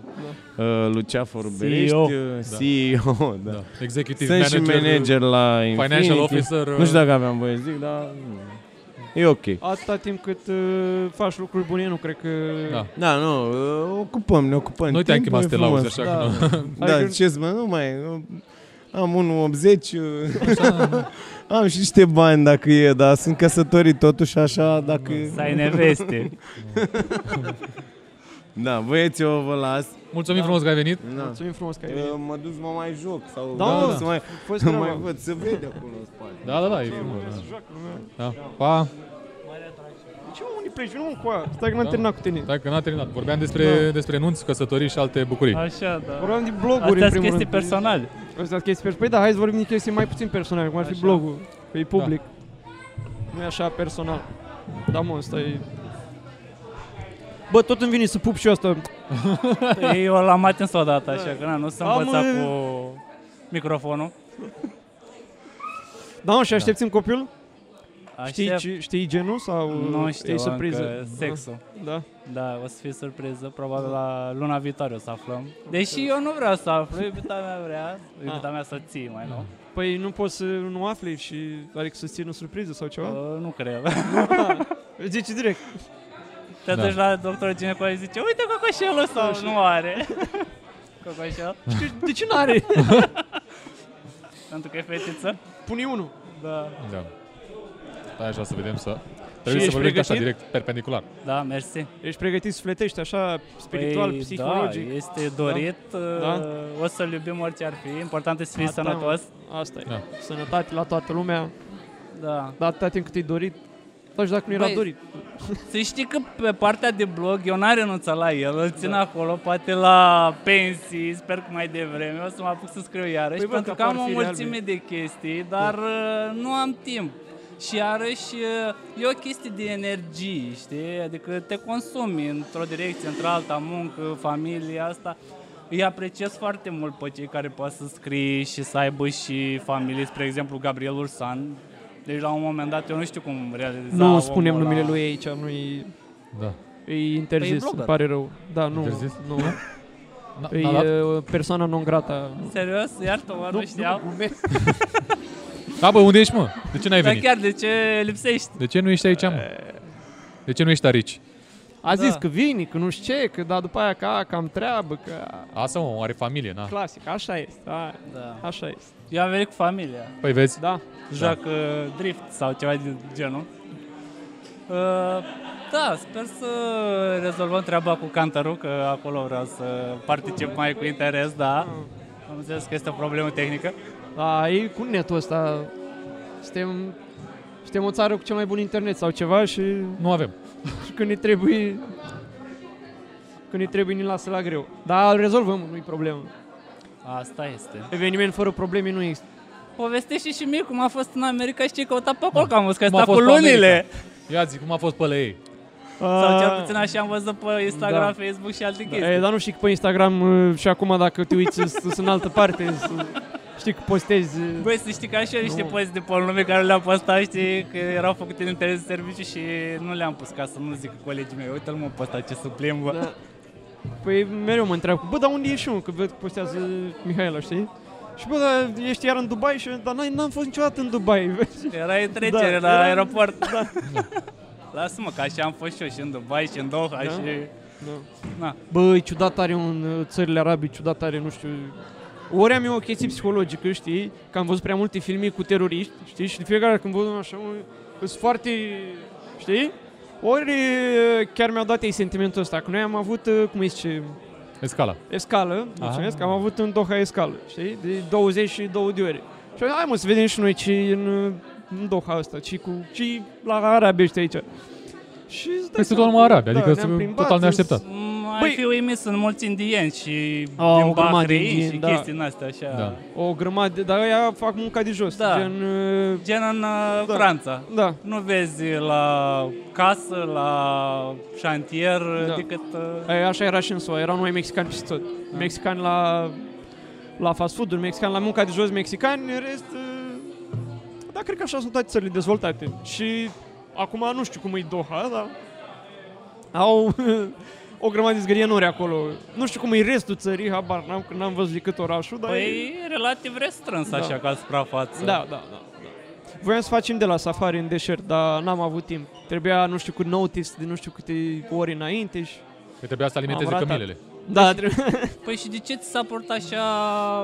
da. Luceafăr Berești, CEO. uh, Da. CEO, da. Da. Executive Sunt și manager, manager la Infinity. financial officer, uh, Nu știu dacă aveam voie să zic, dar nu. e ok. Atâta timp cât uh, faci lucruri bune, nu cred că... Da. Da, nu, uh, ocupăm, ne ocupăm. Noi te-am timpul, chemat să e te lauzi, frumos. așa că Da, nu- da Adică- ce să mă, nu mai... Am uh. 1,80 Am și niște bani dacă e Dar sunt căsătorit totuși așa dacă... Să ai neveste. Da, băieți, eu vă las Mulțumim frumos că ai venit. Da. Mulțumim frumos că ai venit Mă duc, mă mai joc sau... Da, mă, să mai, f- fost să treaba. mai văd, se vede acolo în spate Da, da, da, e Ce frumos. mă, da. să joacă lumea. Da. Pa. Ce mă, unde pleci? Nu mă, cu aia. Stai că Da, n-am terminat cu tine. Stai că n-a terminat. Vorbeam despre, Da. despre nunți, căsătorii și alte Păi. bucurii. Așa, da. Vorbeam de bloguri, Astea sunt în primul chestii rând. personale. Astea sunt chestii personale. Păi da, hai să vorbim de chestii mai puțin personale, cum ar fi Așa. blogul, că e public. Nu e așa personal. Da, mă, asta e... Bă, tot îmi vine să pup și eu asta. Eu l-am atins odată, așa că na, nu se Am, învăța eh, cu microfonul. Da, mă, și aștepți un copil? Știi, Aștept. ce- știi genul sau Nu știu e surpriză? încă sexul. Da. Da, o să fie surpriză, probabil la luna viitoare o să aflăm. Deși eu nu vreau să aflu, iubita mea vrea, iubita mea să ții mai nou. Păi nu poți să nu afli și adică să ții o surpriză sau ceva? Uh, nu cred. Zici direct. Te Da. duci la doctorul ginecolog și zice, uite cocoșelul sau Cocoșel. nu are. Cocoșel? Știu, de ce nu are? Pentru că e fetiță. Pune unul. Da. Da. Stai așa să vedem să... Trebuie să ești vorbim așa, pregătit? direct, perpendicular. Da, mersi. Ești pregătit sufletești așa, spiritual, Păi, psihologic? Da, este dorit. Da? da? uh, O să-l iubim orice ar fi. Important este să fii Asta, mă. sănătos. Asta e. Da. Sănătate la toată lumea. Da. Dar atâta timp cât e dorit. Dar și dacă nu exact era Băi, dorit. Să știi că pe partea de blog eu n-am renunțat la el, îl Da. țin acolo, poate la pensii, sper că mai devreme o să mă apuc să scriu iarăși, Păi, bă, pentru că că am apar o firele mulțime albe. de chestii, dar Da. uh, nu am timp. Și iarăși uh, e o chestie de energie, știi? Adică te consumi într-o direcție, într-alta, muncă, familie, asta. Îi apreciez foarte mult pe cei care pot să scrie și să aibă și familie, spre exemplu Gabriel Ursan. Deci la un moment dat eu nu știu cum realiza Nu omul spunem ăla. numele lui aici, nu-i... Da. E Păi e interzis, blogger. îmi pare rău. Da, nu. Interzis? Nu. Na- e n-a dat? uh, persoana non grata. Serios? Iartă, mă, nu, Nu- nu știau. nu Da, bă, unde ești, mă? De ce n-ai Dar venit? chiar de ce lipsești? De ce nu ești aici, mă? Eh. De ce nu ești aici? A zis Da. că vine, că nu știu ce, că da, după aia că a, că am treabă, că... Asta, mă, are familie, na. Clasic, așa este, a, Da. așa este. Eu am venit cu familia. Păi vezi? Da. Joacă drift sau ceva de genul. Uh, da, sper să rezolvăm treaba cu Cantaru, că acolo vreau să particip mai cu interes, da. Am înțeles că este o problemă tehnică. Da, e cu netul ăsta. Suntem, suntem o țară cu cel mai bun internet sau ceva și... Nu avem. Și când ne trebuie... Când ne trebuie, ne lasă la greu. Dar îl rezolvăm, nu-i problemă. Asta este. Eveniment fără probleme nu există. Povestește și mie cum a fost în America și ce căuta pe acolo, că am văzut că Cum a asta cu fost pe lunile. America? Ia zi, cum a fost pe la ei? Sau cel puțin așa am văzut pe Instagram, Da. Facebook și alte Da, chestii. e, dar nu știi că pe Instagram uh, și acum dacă te uiți sunt- sunt în altă parte. sunt- Știi că postezi... uh, Băi, să știi că așa niște Nu. poze de pe lume care le-am postat, știi, că erau făcute în interes de serviciu și nu le-am pus ca să nu zic colegii mei, uite-l mă pe ăsta ce să plimbă. Da. Păi mereu mă întreabă, bă, dar unde ești mă? Că văd că postează Mihaela, știi? Și bă, dar ești iar în Dubai și dar n-ai- n-am fost niciodată în Dubai. Era în trecere la aeroport. Da. Lasă-mă că așa am fost și eu și în Dubai și în Doha Da? și... Na. Bă, e ciudat are în uh, țările arabe, ciudat are, nu știu... Ori am eu o chestie psihologică, știi? Că am văzut prea multe filme cu teroriști, știi? Și de fiecare dată când văd unul așa, mă, sunt foarte... Știi? Ori uh, chiar mi-au dat ei sentimentul ăsta, că noi am avut, uh, cum îi zice, Escala. escală, mulțumesc, am avut în Doha escală, știi? De 22 de ore. Și am zis, hai mă să vedem și noi ce e în, uh, în Doha asta, ce cu, ce e la arabi ăștia aici. Și îți dai Păi sunt seama doar că, arabi, da, adică ne-am sunt plimbat, total îs- neașteptat. Mai Băi- Băi... Mm, fi uimit, sunt mulți indieni și Au, o din grămadă de Bahrein indieni, și da. chestii din astea așa. Da. O grămadă, dar ea fac munca de jos, Da. gen... uh, Gen în uh, Franța. Da. Nu vezi la casă, la șantier, Da. decât... uh, Da. Aia, așa era și în SUA, erau numai mexicani peste tot. Mexicani la, la fast food-uri, mexicani la munca de jos, mexicani, în rest... uh, Da, cred că așa sunt toate țările dezvoltate. Și acum nu știu cum e Doha, dar au o grămadă de zgârienuri acolo. Nu știu cum e restul țării, habar n-am, că n-am văzut decât orașul, dar e... Păi, relativ restrâns Da. așa ca suprafață. Da, da, da. da. Voiam să facem de la safari în deșert, dar n-am avut timp. Trebuia, nu știu, cu notice de nu știu câte ori înainte și... Că trebuia să alimenteze Am ratat. cămilele. Da, trebuie... Păi și de ce ți s-a părut așa,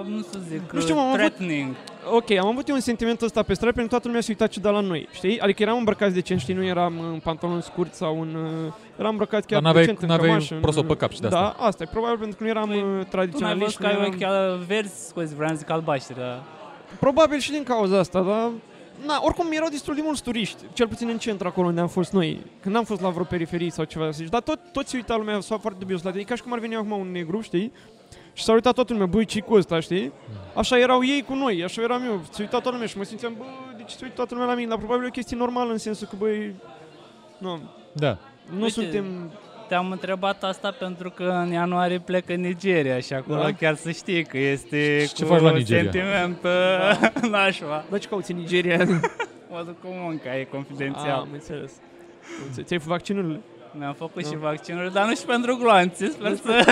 nu să zic, Nu știu, m-am avut- uh, threatening? Ok, am avut eu un sentiment ăsta pe stradă pentru că toată lumea se uita ciudat la noi, știi? Adică eram îmbrăcați decent, știi, nu eram în pantaloni scurți sau în... uh, Eram îmbrăcați chiar Dar n-aveai- decent în n-aveai cămașă. în- prosop pe cap și de Da, asta. asta e, probabil pentru că nu eram păi, Tu n-ai văzut tradiționaliști. că ai nu eram- ochii al- verzi, scuze, vreau să zic albaștri, da. dar... Probabil și din cauza asta, dar... Na, oricum erau destul de mulți turiști, cel puțin în centru acolo unde am fost noi, când am fost la vreo periferie sau ceva, să zici, dar tot, tot se uita lumea, s-a foarte dubios la tine, e ca și cum ar veni acum un negru, știi? Și s-a uitat toată lumea, băi, ce cu ăsta, știi? Așa erau ei cu noi, așa eram eu, se uita toată lumea și mă simțeam, bă, de ce se uita toată lumea la mine? Dar probabil e o chestie normală în sensul că, băi, nu, Da. nu Uite, suntem... te-am întrebat asta pentru că în ianuarie plec în Nigeria și acolo Da? da? chiar să știi că este Și ce cu faci la un Nigeria? sentiment Da. da. nașva. Bă, ce cauți în Nigeria? mă duc cu munca, e confidențial. Am înțeles. Ți- Ți-ai făcut Da. vaccinurile? Ne-am făcut și da. vaccinuri, dar nu și pentru gloanțe. Sper să... De ce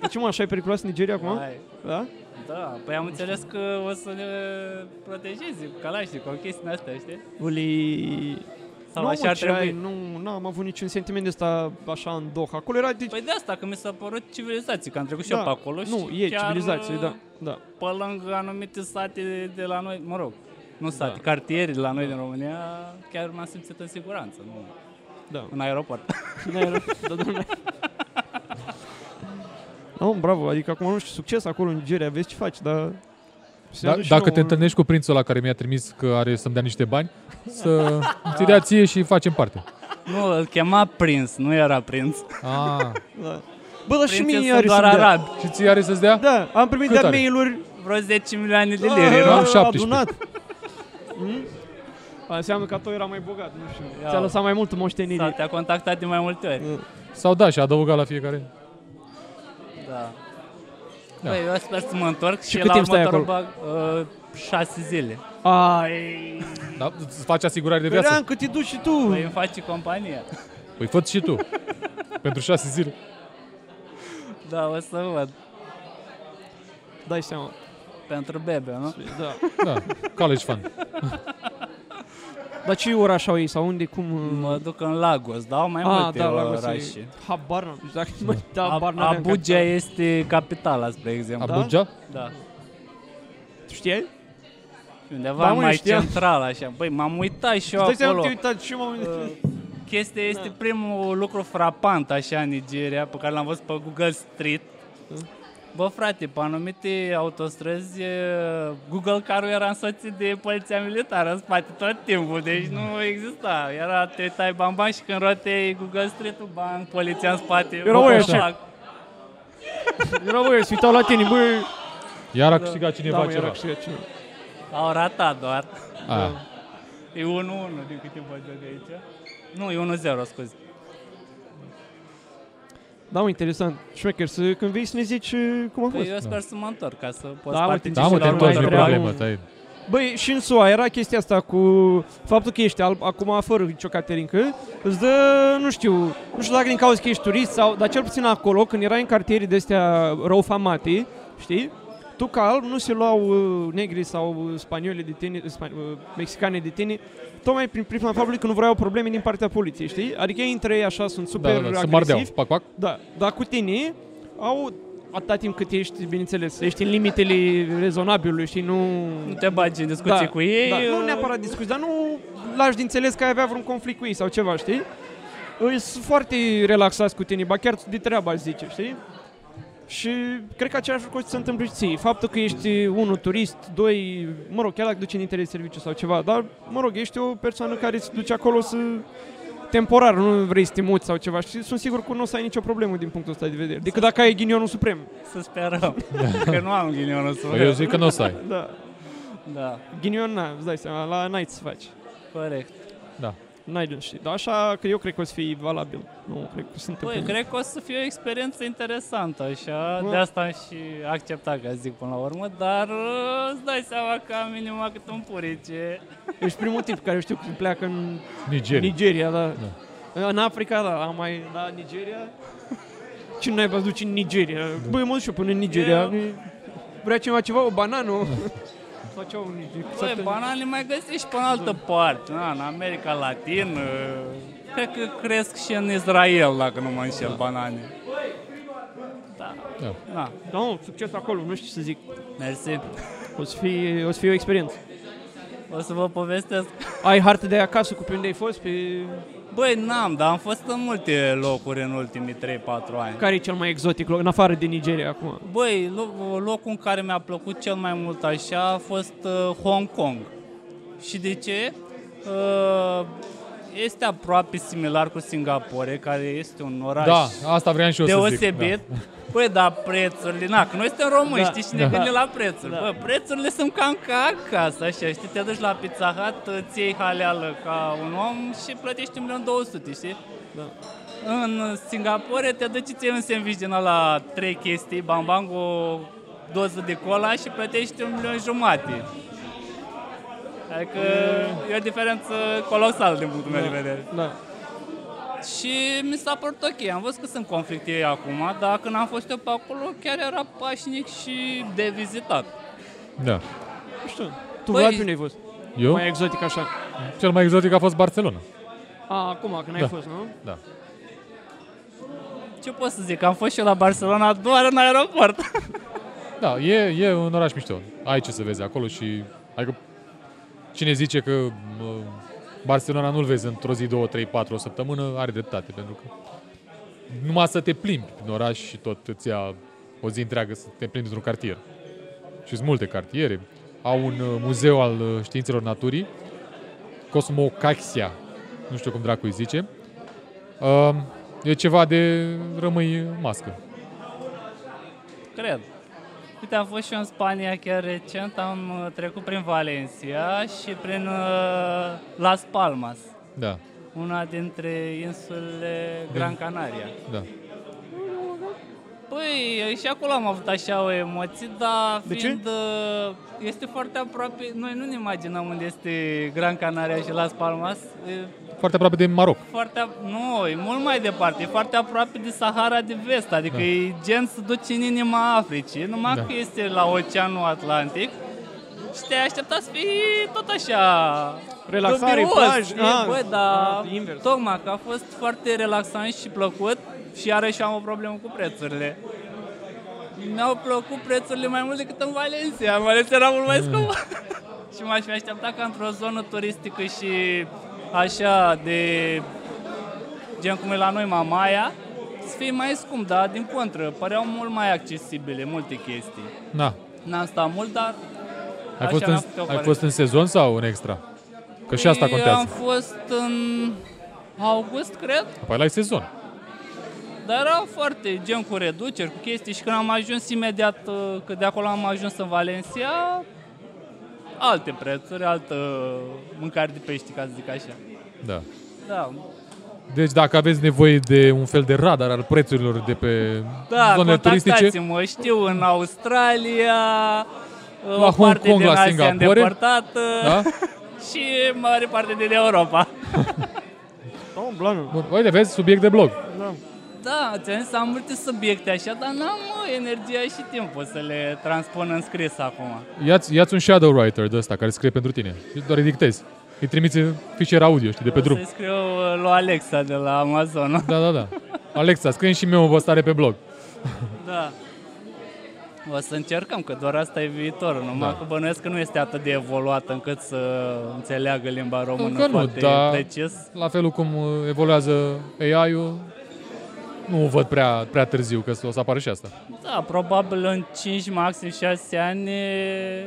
Deci, mă, așa e periculos în Nigeria acum? Hai. Da? Da, păi am înțeles că o să ne protejezi cu calașnic, cu chestii din astea, știi? Uli... Sau nu, așa ar mă, ce ai, trebui. Nu, n-am avut niciun sentiment de ăsta așa în doh. Acolo era... Deci... Păi de asta, că mi s-a părut civilizație, că am trecut și Da, eu pe acolo și nu, e chiar, civilizație, uh, da, da. Pe lângă anumite sate de la noi, mă rog, nu sate, da. cartieri la noi da. din România, chiar m-am simțit în siguranță, nu? Da. În aeroport. În aeroport, da, domnule. Nu, bravo, adică acum nu știu, succes acolo în Nigeria, vezi ce faci, dar... se Da, aduce și dacă nouă te un- întâlnești cu prințul ăla care mi-a trimis că are să-mi dea niște bani, să ți dea ție și facem parte. nu, îl chema prins, nu era prins. Ah. Da. Bă, dar și Prinții mie sunt are doar să-mi dea. arabi. Și ție are să-ți dea? Da, am primit Cât de are? mail-uri. Vreo 10 milioane de Da, lire, nu? am 17. Adunat. Mm? Asta Înseamnă că tu era mai bogat, nu știu. Ia. Ți-a lăsat mai mult moștenire. Sau te-a contactat de mai multe ori. Sau da, și adăuga la fiecare. Da. Da. Păi, eu sper să mă întorc și, Și și cât la timp stai următorul bag, uh, șase zile. Ai. Da, îți faci asigurare de Credeam viață. că te duci și tu. Păi îmi faci compania. Păi fă și tu. Pentru șase zile. Da, o să văd. Dai seama. Pentru bebe, nu? Da. Da, college fund. Dar ce oraș au ei sau unde, cum? uh? Mă duc în Lagos, dau mai Ah, multe da, Lagos e- orașe. Habar n-am. Deci dacă mă, da, habar n-am. Abuja este capitala, spre exemplu. Abuja? Da. Tu știai? Undeva Ba, mă, mai știam. central, așa. Băi, m-am uitat și eu Dai seama acolo. că te-ai uitat Da. și eu m-am Uh, Chestia este primul lucru frapant, așa, în Nigeria, pe care l-am văzut pe Google Street. Da. Bă, frate, pe anumite autostrăzi, e, Google Car-ul era însoțit de poliția militară în spate tot timpul, deci nu exista. Era, te tai bamban și când rotei Google Street-ul, bang, poliția în spate. Erau Bă, ăia, cum ce? fac? Era voi, se uitau la tine, bă. Iar a câștigat da, cineva mă, iar a ceva. câștigat cineva. Au ratat doar. Aia. E 1-1 din câte văd eu de aici. Nu, e 1-0, scuze. Da, mă, interesant. Șmecher, să, când vei să ne zici uh, cum a fost. Păi eu sper să mă întorc ca să pot Da, mă, participa. Da, mă, și te la întorci, nu urmă, problemă, treabă. tai. Băi, și în SUA era chestia asta cu faptul că ești alb, acum fără nicio caterincă, îți dă, nu știu, nu știu dacă din cauza că ești turist sau, dar cel puțin acolo, când erai în cartiere de astea răufamate, știi? Tu ca alb nu se luau uh, negri sau spanioli de tine, spa, uh, mexicane de tine, tocmai prin prima faptului că nu vreau probleme din partea poliției, știi? Adică ei între ei așa sunt super da, da, se mardeau. agresivi. Pac, pac. Da, dar cu tine au atâta timp cât ești, bineînțeles, ești în limitele rezonabilului și nu... Nu te bagi în discuții cu ei, Da. Nu uh, neapărat discuții, dar nu lași de înțeles că ai avea vreun conflict cu ei sau ceva, știi? Îi Sunt foarte relaxați cu tine, ba chiar de treaba aș zice, știi? Și cred că același lucru se întâmplă și ție. Faptul că ești, unul, turist, doi, mă rog, chiar dacă duci în interes serviciu sau ceva, dar, mă rog, ești o persoană care se duce acolo să temporar, nu vrei să te muți sau ceva și sunt sigur că nu o să ai nicio problemă din punctul ăsta de vedere. Decât dacă ai ghinionul suprem. Să sperăm. că nu am ghinionul să Eu zic că nu o să ai. Da. Da. Ghinion, na, îți dai seama, la night să faci. Corect. Da. Night, știi, dar așa că eu cred că o să fie valabil. Nu, cred că sunt Păi, cred că o să fie o experiență interesantă, așa, Bă. de asta am și acceptat, ca să zic până la urmă, dar uh, îți dai seama că am inima cât un purice. Ești primul tip care știu că pleacă în Nigeria. Nigeria, da. da. În Africa, da, am mai, da, Nigeria. Cine n-ai văzut duci în Nigeria? Da. Băi, mă duc și eu până în Nigeria. Eu- Vrea cineva ceva, o banană? Sau ceva, un Păi, banane mai găsești și pe în altă Da. parte, na, în America Latină, cred că cresc și în Israel, dacă nu mă înșel, banane. Da. Da. Da. Da, un succes acolo, nu știu ce să zic. Mersi. O să fie, o, să fie o experiență. O să vă povestesc. Ai hartă de acasă cu pe unde ai fost? Pe... Băi, n-am, dar am fost în multe locuri în ultimii 3-4 ani. Care e cel mai exotic loc, în afară de Nigeria acum? Băi, lo- locul în care mi-a plăcut cel mai mult așa a fost uh, Hong Kong. Și de ce? Uh, este aproape similar cu Singapore, care este un oraș Da, asta vreau și eu să zic, deosebit. Da. Păi, da, prețurile, na, că noi suntem Da, români, da, știi, și ne da. gândim la prețuri. Da. Bă, prețurile sunt cam ca acasă, așa, știi, te duci la Pizza Hut, îți iei haleală ca un om și plătești 1.200.000, știi? Da. În Singapore te aduci ție un sandwich din la trei chestii, bam bam, cu o doză de cola și plătești un milion jumate. Adică e o diferență colosală din punctul meu Da, de vedere. Da. Și mi s-a părut ok, am văzut că sunt conflicte acum, dar când am fost eu pe acolo chiar era pașnic și de vizitat. Da. Nu știu. Tu, Băi, Vlad, unde ai fost? Eu? Mai exotic așa. Cel mai exotic a fost Barcelona. A, acum, când Da. ai fost, nu? Da. Ce pot să zic, am fost și eu la Barcelona doar în aeroport. Da, e, e un oraș mișto. Ai ce să vezi acolo și... Adică, cine zice că mă, Barcelona nu-l vezi într-o zi, două, trei, patru, o săptămână, are dreptate, pentru că numai să te plimbi în oraș și tot îți ia o zi întreagă să te plimbi într-un cartier. Și sunt multe cartiere. Au un uh, muzeu al uh, științelor naturii, Cosmocaxia, nu știu cum dracu îi zice. Uh, E ceva de rămâi mască. Cred. Uite, am fost și eu în Spania chiar recent, am uh, trecut prin Valencia și prin uh, Las Palmas, Da. una dintre insulele Gran Canaria. Da. Păi, și acolo am avut așa o emoție, dar De ce? fiind, uh, este foarte aproape, noi nu ne imaginăm unde este Gran Canaria și Las Palmas, e Foarte aproape de Maroc. foarte, ap- nu, e mult mai departe, e foarte aproape de Sahara de Vest, adică Da. e gen să duci în inima Africii, numai Da. că este la Oceanul Atlantic și te-ai aștepta să fii tot așa Relaxare, dubios, plaj, e, ah, bă, dar ah, invers. tocmai că a fost foarte relaxant și plăcut și iarăși am o problemă cu prețurile. Mi-au plăcut prețurile mai mult decât în Valencia, în Valencia era mult Mm. mai scump. și m-aș fi așteptat ca într-o zonă turistică și așa de gen cum e la noi Mamaia, să fie mai scump, dar din contră, păreau mult mai accesibile multe chestii. Na. N-am stat mult, dar Da. Ai, așa fost mi-a în, făcut o ai părere. fost în sezon sau în extra? Că și asta Păi, Am contează. fost în august, cred, Apoi Păi, la sezon. dar era foarte gen cu reduceri, cu chestii și când am ajuns imediat, uh, că de acolo am ajuns în Valencia, alte prețuri, altă mâncare de pește, ca să zic așa. Da. Da, Deci dacă aveți nevoie de un fel de radar al prețurilor de pe da zonele turistice, contactați-mă, știu, în Australia, La o Hong parte Kong, din la Asia Singapore. îndepărtată Da? și mare parte din Europa. Tom, blană. Bun, uite, vezi, subiect de blog. Da. Da, ți-am zis, am multe subiecte așa, dar n-am mă, energia și timpul să le transpun în scris acum. Ia-ți, ia-ți un shadow writer de ăsta care scrie pentru tine. Și doar îi dictezi. Îi trimiți fișier audio, știi, de pe O drum. Să scriu uh, lui Alexa de la Amazon. Da, da, da. Alexa, scrie și mie o postare pe blog. da. O să încercăm, că doar asta e viitorul, numai Da. că bănuiesc că nu este atât de evoluată încât să înțeleagă limba română Deci, Încă nu, da. foarte dar precis. la felul cum uh, evoluează AI-ul, nu o văd prea, prea târziu, că o să apară și asta. Da, probabil în 5, maxim 6 ani e,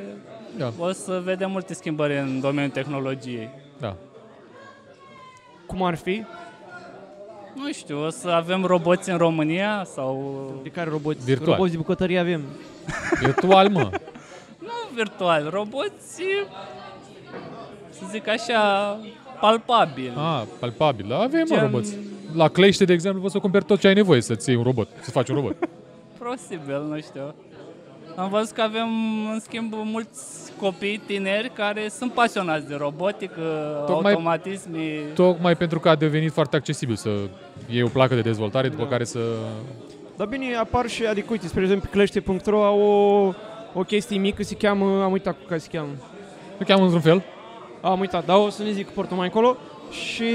Da. o să vedem multe schimbări în domeniul tehnologiei. Da. Cum ar fi? Nu știu, o să avem roboți în România sau... De care roboți? Virtuali. Roboți de bucătărie avem. Virtual, mă. Nu virtual, roboți, să zic așa, palpabil. Ah, palpabil. Da, avem, mă, Gen- roboți. La Clește, de exemplu, poți să cumperi tot ce ai nevoie să-ți iei un robot, să faci un robot. Posibil, nu știu. Am văzut că avem, în schimb, mulți copii tineri care sunt pasionați de robotică, Tocmai- automatismi. Tocmai pentru că a devenit foarte accesibil să iei o placă de dezvoltare, Da. după care să Dar bine, apar și, adică, uite, spre exemplu, clește.ro au o, o chestie mică, se cheamă, am uitat cu care se cheamă. Se cheamă într-un fel? Am uitat, dar o să ne zic, portul mai încolo. Și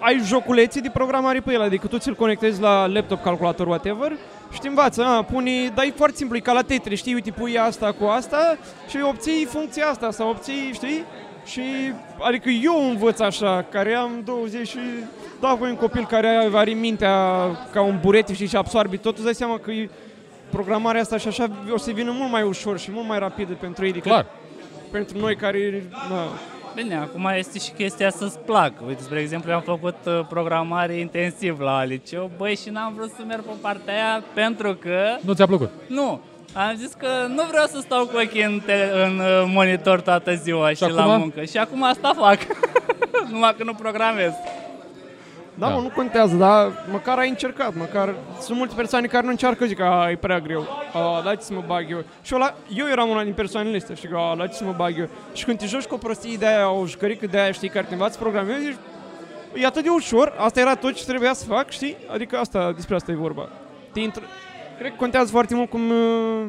ai joculețe de programare pe el, adică tu ți-l conectezi la laptop, calculator, whatever, și te învață, a, pune, dar e foarte simplu, e ca la Tetris, știi, uite, pui asta cu asta și obții funcția asta sau obții, știi? Și, adică eu învăț așa, care am 20 și da, voi un copil care are mintea ca un burete știi, și absorbe tot, îți dai seama că e programarea asta și așa o să vină mult mai ușor și mult mai rapidă pentru ei decât Clar. pentru noi care... Da. Bine, acum este și chestia să-ți placă. Uite, spre exemplu, eu am făcut uh, programare intensiv la liceu, băi, și n-am vrut să merg pe partea aia pentru că... Nu ți-a plăcut? Nu. Am zis că nu vreau să stau cu ochii în, te- în uh, monitor toată ziua și, și la acum? muncă. Și acum asta fac. Numai că nu programez. Da, da. Mă, nu contează, dar măcar ai încercat, măcar... Sunt multe persoane care nu încearcă, zic, a, e prea greu, a, la ce să mă bag eu. Și ăla, eu eram una din persoanele astea, știi, a, la ce să mă bag eu. Și când te joci cu o prostie de aia, o jucărică de aia, știi, care te învață programezi, zici, e atât de ușor, asta era tot ce trebuia să fac, știi? Adică asta, despre asta e vorba. Te intr- Cred că contează foarte mult cum, uh,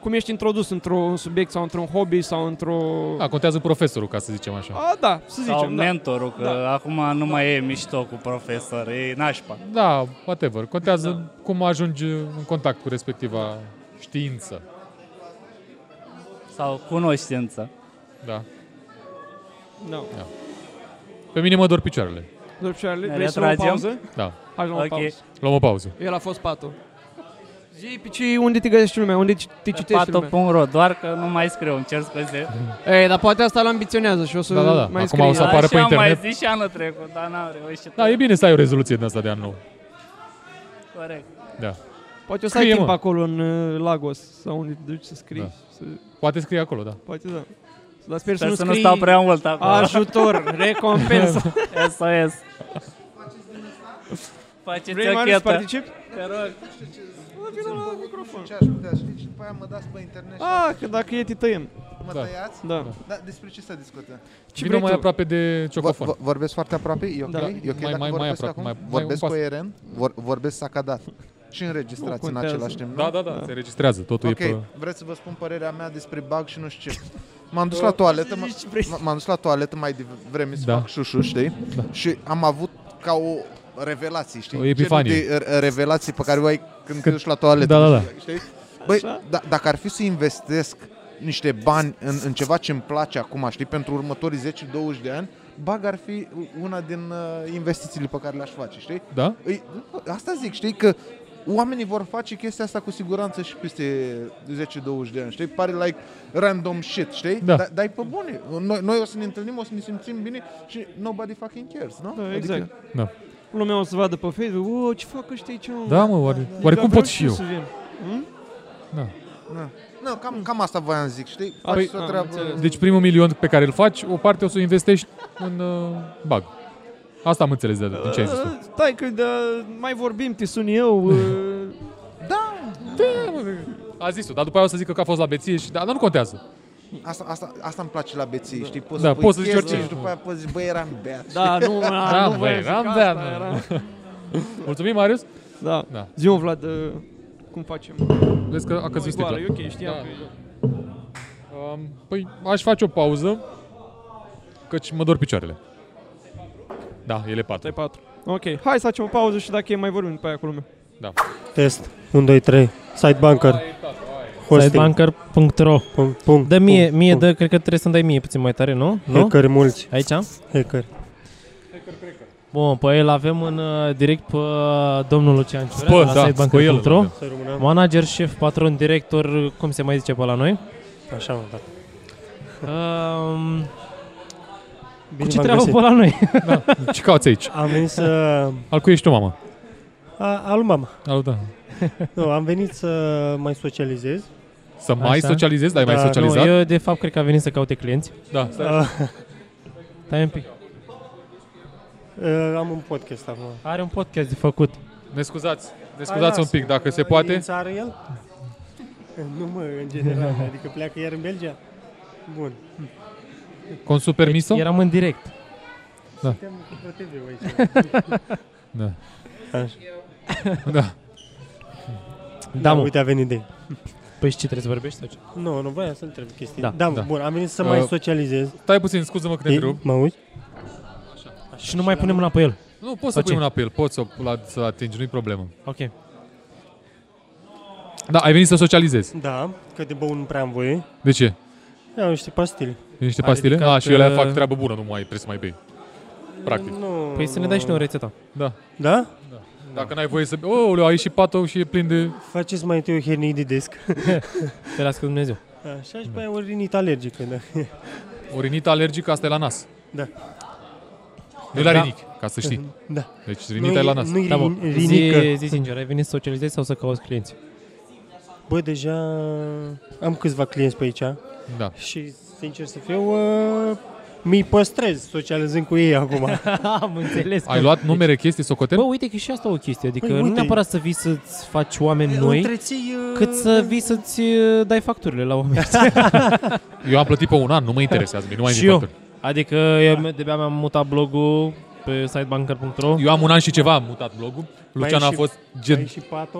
cum ești introdus într-un subiect sau într-un hobby sau într-o... Da, contează profesorul, ca să zicem așa. A, da, să zicem, Sau da. mentorul, că Da. acum nu mai e mișto cu profesor, e nașpa. Da, whatever. Contează da. cum ajungi în contact cu respectiva știință. Sau cunoștință. Da. Da. da. Pe mine mă dor picioarele. Doar picioarele, Ne vrei să luăm o retragem? pauză? Da. Hai luăm Ok. o pauză. Luăm o pauză. El a fost patul. Zi pe ce, unde te găsești lumea, unde te- te citești lumea. Pato.ro, doar că nu mai scriu, îmi cer scuze. Ei, dar poate asta îl ambiționează și o să Da, da, da. mai Acum scrie. o să apară pe Așa am internet. mai zis și anul trecut, dar n-am reușit. Da, e bine să ai o rezoluție din asta de an nou. Corect. Da. Poate o să ai Scrie, timp mă. acolo în uh, Lagos sau unde te duci să scrii. Da. Să... Poate scrie acolo, da. Poate da. Dar Sper sper, să nu, să nu scrii stau prea mult acolo. Ajutor, recompensă. SOS. Faceți Vrei, o Marius, chetă. să participi? Te rog. Ce aș putea să zic și după aia mă dați pe internet. și Ah, că dacă e, te tăiem. Mă Da. tăiați? Da. da. despre ce se discută? Ce Vino vrei mai tu? aproape de ciocofon. Vo- vo- vorbesc foarte aproape? E ok? Da. Da. E ok mai, Mai- dacă mai- mai, mai vorbesc aproape, acum? mai- Mai, mai vorbesc un pas. coerent? Vor, vorbesc sacadat. Și Uh, înregistrați în contează. același timp, nu? Da, da, da, se registrează, totul e Ok, pe- vreți să vă spun părerea mea despre bug și nu știu ce. M-am dus la toaletă, m- m- m-am dus la toaletă mai devreme să Da. fac șușu, știi? Da. Și am avut ca o revelație, știi? O epifanie. Genul De r- revelații pe care o ai când te duci la toaletă. Da, da, da. Știi? Băi, da, dacă ar fi să investesc niște bani în, în ceva ce îmi place acum, știi, pentru următorii 10-20 de ani, bag ar fi una din uh, investițiile pe care le-aș face, știi? Da? Îi, asta zic, știi, că oamenii vor face chestia asta cu siguranță și peste 10-20 de ani, știi? Pare like random shit, știi? Da. Dar dar e pe bune. Noi, noi o să ne întâlnim, o să ne simțim bine și nobody fucking cares, nu? Adică- Da, exact. Da. Lumea o să vadă pe Facebook, o, ce fac ăștia aici? mă?" Da, mă, oare- oare cum Dar vreau pot și eu eu? să vin. Hm? Da. Nu, cam, cam asta voiam să zic, știi? Păi, Faci o treabă... Deci primul milion pe care îl faci, o parte o să o investești în uh, bag. Asta am înțeles de din ce ai zis tu. Uh, Stai că da, mai vorbim, te sun eu. uh, da, da, mă, A zis-o, dar după aia o să zică că a fost la beție și da, dar nu contează. Asta, asta, asta îmi place la beții, știi? Poți Da, să pui poți să zici chestii orice. Și după aia poți zici, băi, eram beat. Da, nu, mă, Da, nu băi, voiam să n-am zic beat, asta, nu. era- Mulțumim, Marius. Da. da. Zi-mă, Vlad, uh, cum facem? Vezi că a Nu, căzut e goală, sticla. e ok, știam Da. că e- Um, păi aș face o pauză, căci mă dor picioarele. Da, ele patru. patru. Ok, hai să facem o pauză și dacă e mai vorbim după aia cu lumea. Da. Test. 1, 2, 3. Sidebanker. Sidebanker.ro Punct, punct, Dă mie, punct, mie punct. dă, cred că trebuie să-mi dai mie puțin mai tare, nu? nu? Hackeri mulți. Aici? Hacker. Bun, pe el avem în uh, direct pe uh, domnul Lucian Ciurea Bă, de la da, cu el îl sidebanker.ro avem. Să rămână. Manager, șef, patron, director, cum se mai zice pe la noi? Așa, mă, da. Um, Bine ce v-am treabă găsit. pe la noi? Da. Ce cauți aici? Am venit să... Al cui ești tu, mamă? A, al mama. Al, da. Nu, am venit să mai socializez. Să mai Așa. socializezi? Dar ai mai Da, socializat? Nu, eu de fapt cred că a venit să caute clienți. Da, stai așa. Stai un pic. Uh, am un podcast acum. Are un podcast de făcut. Ne scuzați, ne Hai, scuzați lasă. un pic, dacă se Uh, e poate. În țară el? nu mă, în general, adică pleacă iar în Belgia. Bun. Consum permiso? Eram în direct. Da. Suntem cu ProTV aici. Da. Așa. Da. Da, mă. uite, a venit de el. Păi și ce trebuie să vorbești? Sau ce? Nu, nu voiam să întreb chestii. Da, Da, da, da. bun, am venit să Uh, mai socializez. Stai puțin, scuză-mă că te Ei, întrerup. Mă auzi? Și nu mai punem mâna pe el. Nu, poți să Sau pui ce? mâna pe el, poți să, o- la, să atingi, nu-i problemă. Ok. Da, ai venit să socializezi. Da, că de băut nu prea am voie. De ce? Iau niște pastile. E niște A pastile? ridicat, A, și ele uh, fac treabă bună, nu mai trebuie să mai bei. Practic. Nu. Păi să ne dai și nouă rețeta. Da. Da? Dacă n-ai voie să... Oh, leu, ai și patou și e plin de... Faceți mai întâi o hernie de Da. Păi, disc. Te las cu Dumnezeu. Așa și mai o rinit alergică, da. O rinită alergică, asta e la nas. Da. Nu e la Da. rinic, ca să știi. Da. Deci rinita e la nas. Nu-i Da, bă, rin- rinică. Zi, zi sincer, ai venit să socializezi sau să cauți clienți? Bă, deja am câțiva clienți pe aici. Da. Și, sincer să fiu, uh, mi-i păstrez socializând cu ei acum. Am înțeles. Ai luat numere, chestii, socoteli? Deci, Bă, uite că e și asta o chestie, adică Păi, nu uite. neapărat să vii să-ți faci oameni noi, Întreții, uh, cât să vii să-ți uh, dai facturile la oameni. Eu am plătit pe un an, nu mă interesează, mie nu mai Și vin eu. facturi. Adică Da. eu de-abia mi-am mutat blogul pe sitebanker.ro. Eu am un an și ceva am mutat blogul. Lucian a fost gen... Și pato.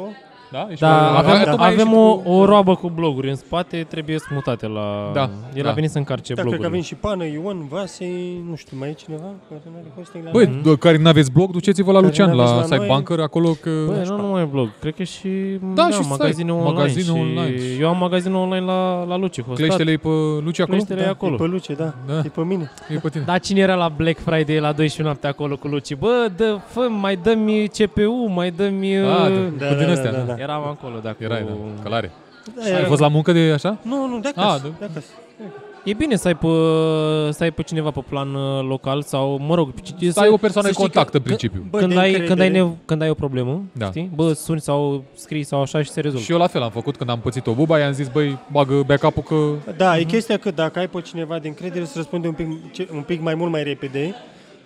Da? Ești Da, pato? avem, Da. da, Tocmai avem ieșit o, o roabă cu bloguri în spate, trebuie mutate la... Da, El da. a venit să încarce Da, da, cred că blogurile. avem și Pană, Ion, Vase, nu știu, mai e cineva? Care nu are hosting la Băi, noi? d- care n-aveți blog, duceți-vă la Mhm. Care Lucian, n-aveți la la Site noi. Banker, acolo că... Băi, nu numai blog, cred că și, Da, și site, magazinul online. magazinul și online. Eu am magazinul online la, la Luci. hostat. Cleștele e pe Luci acolo? Cleștele e Da, acolo. e pe Luci, da. E pe mine. E pe tine. Da, cine era la Black Friday la 12 noapte acolo cu Luci? Bă, dă, fă, mai dă-mi CPU, mai dă-mi... Ah, uh, da, da, cu din astea. da, da. Eram acolo, da, cu... Erai, da, călare. Da, Ai era- fost la muncă de așa? Nu, nu, de Ah, acasă, da. de acasă. E bine să ai, pe, să ai pe cineva pe plan uh, local sau, mă rog... Să ai o persoană în contact, în principiu. Bă, Bă, când, de ai, când, încredere. ai nev- când ai o problemă, Da. știi? Bă, suni sau scrii sau așa și se rezolvă. Și eu la fel am făcut când am pățit o buba, i-am zis, băi, bagă backup-ul că... Da, e chestia că dacă ai pe cineva de încredere să răspunde un pic, ce- un pic mai mult mai repede.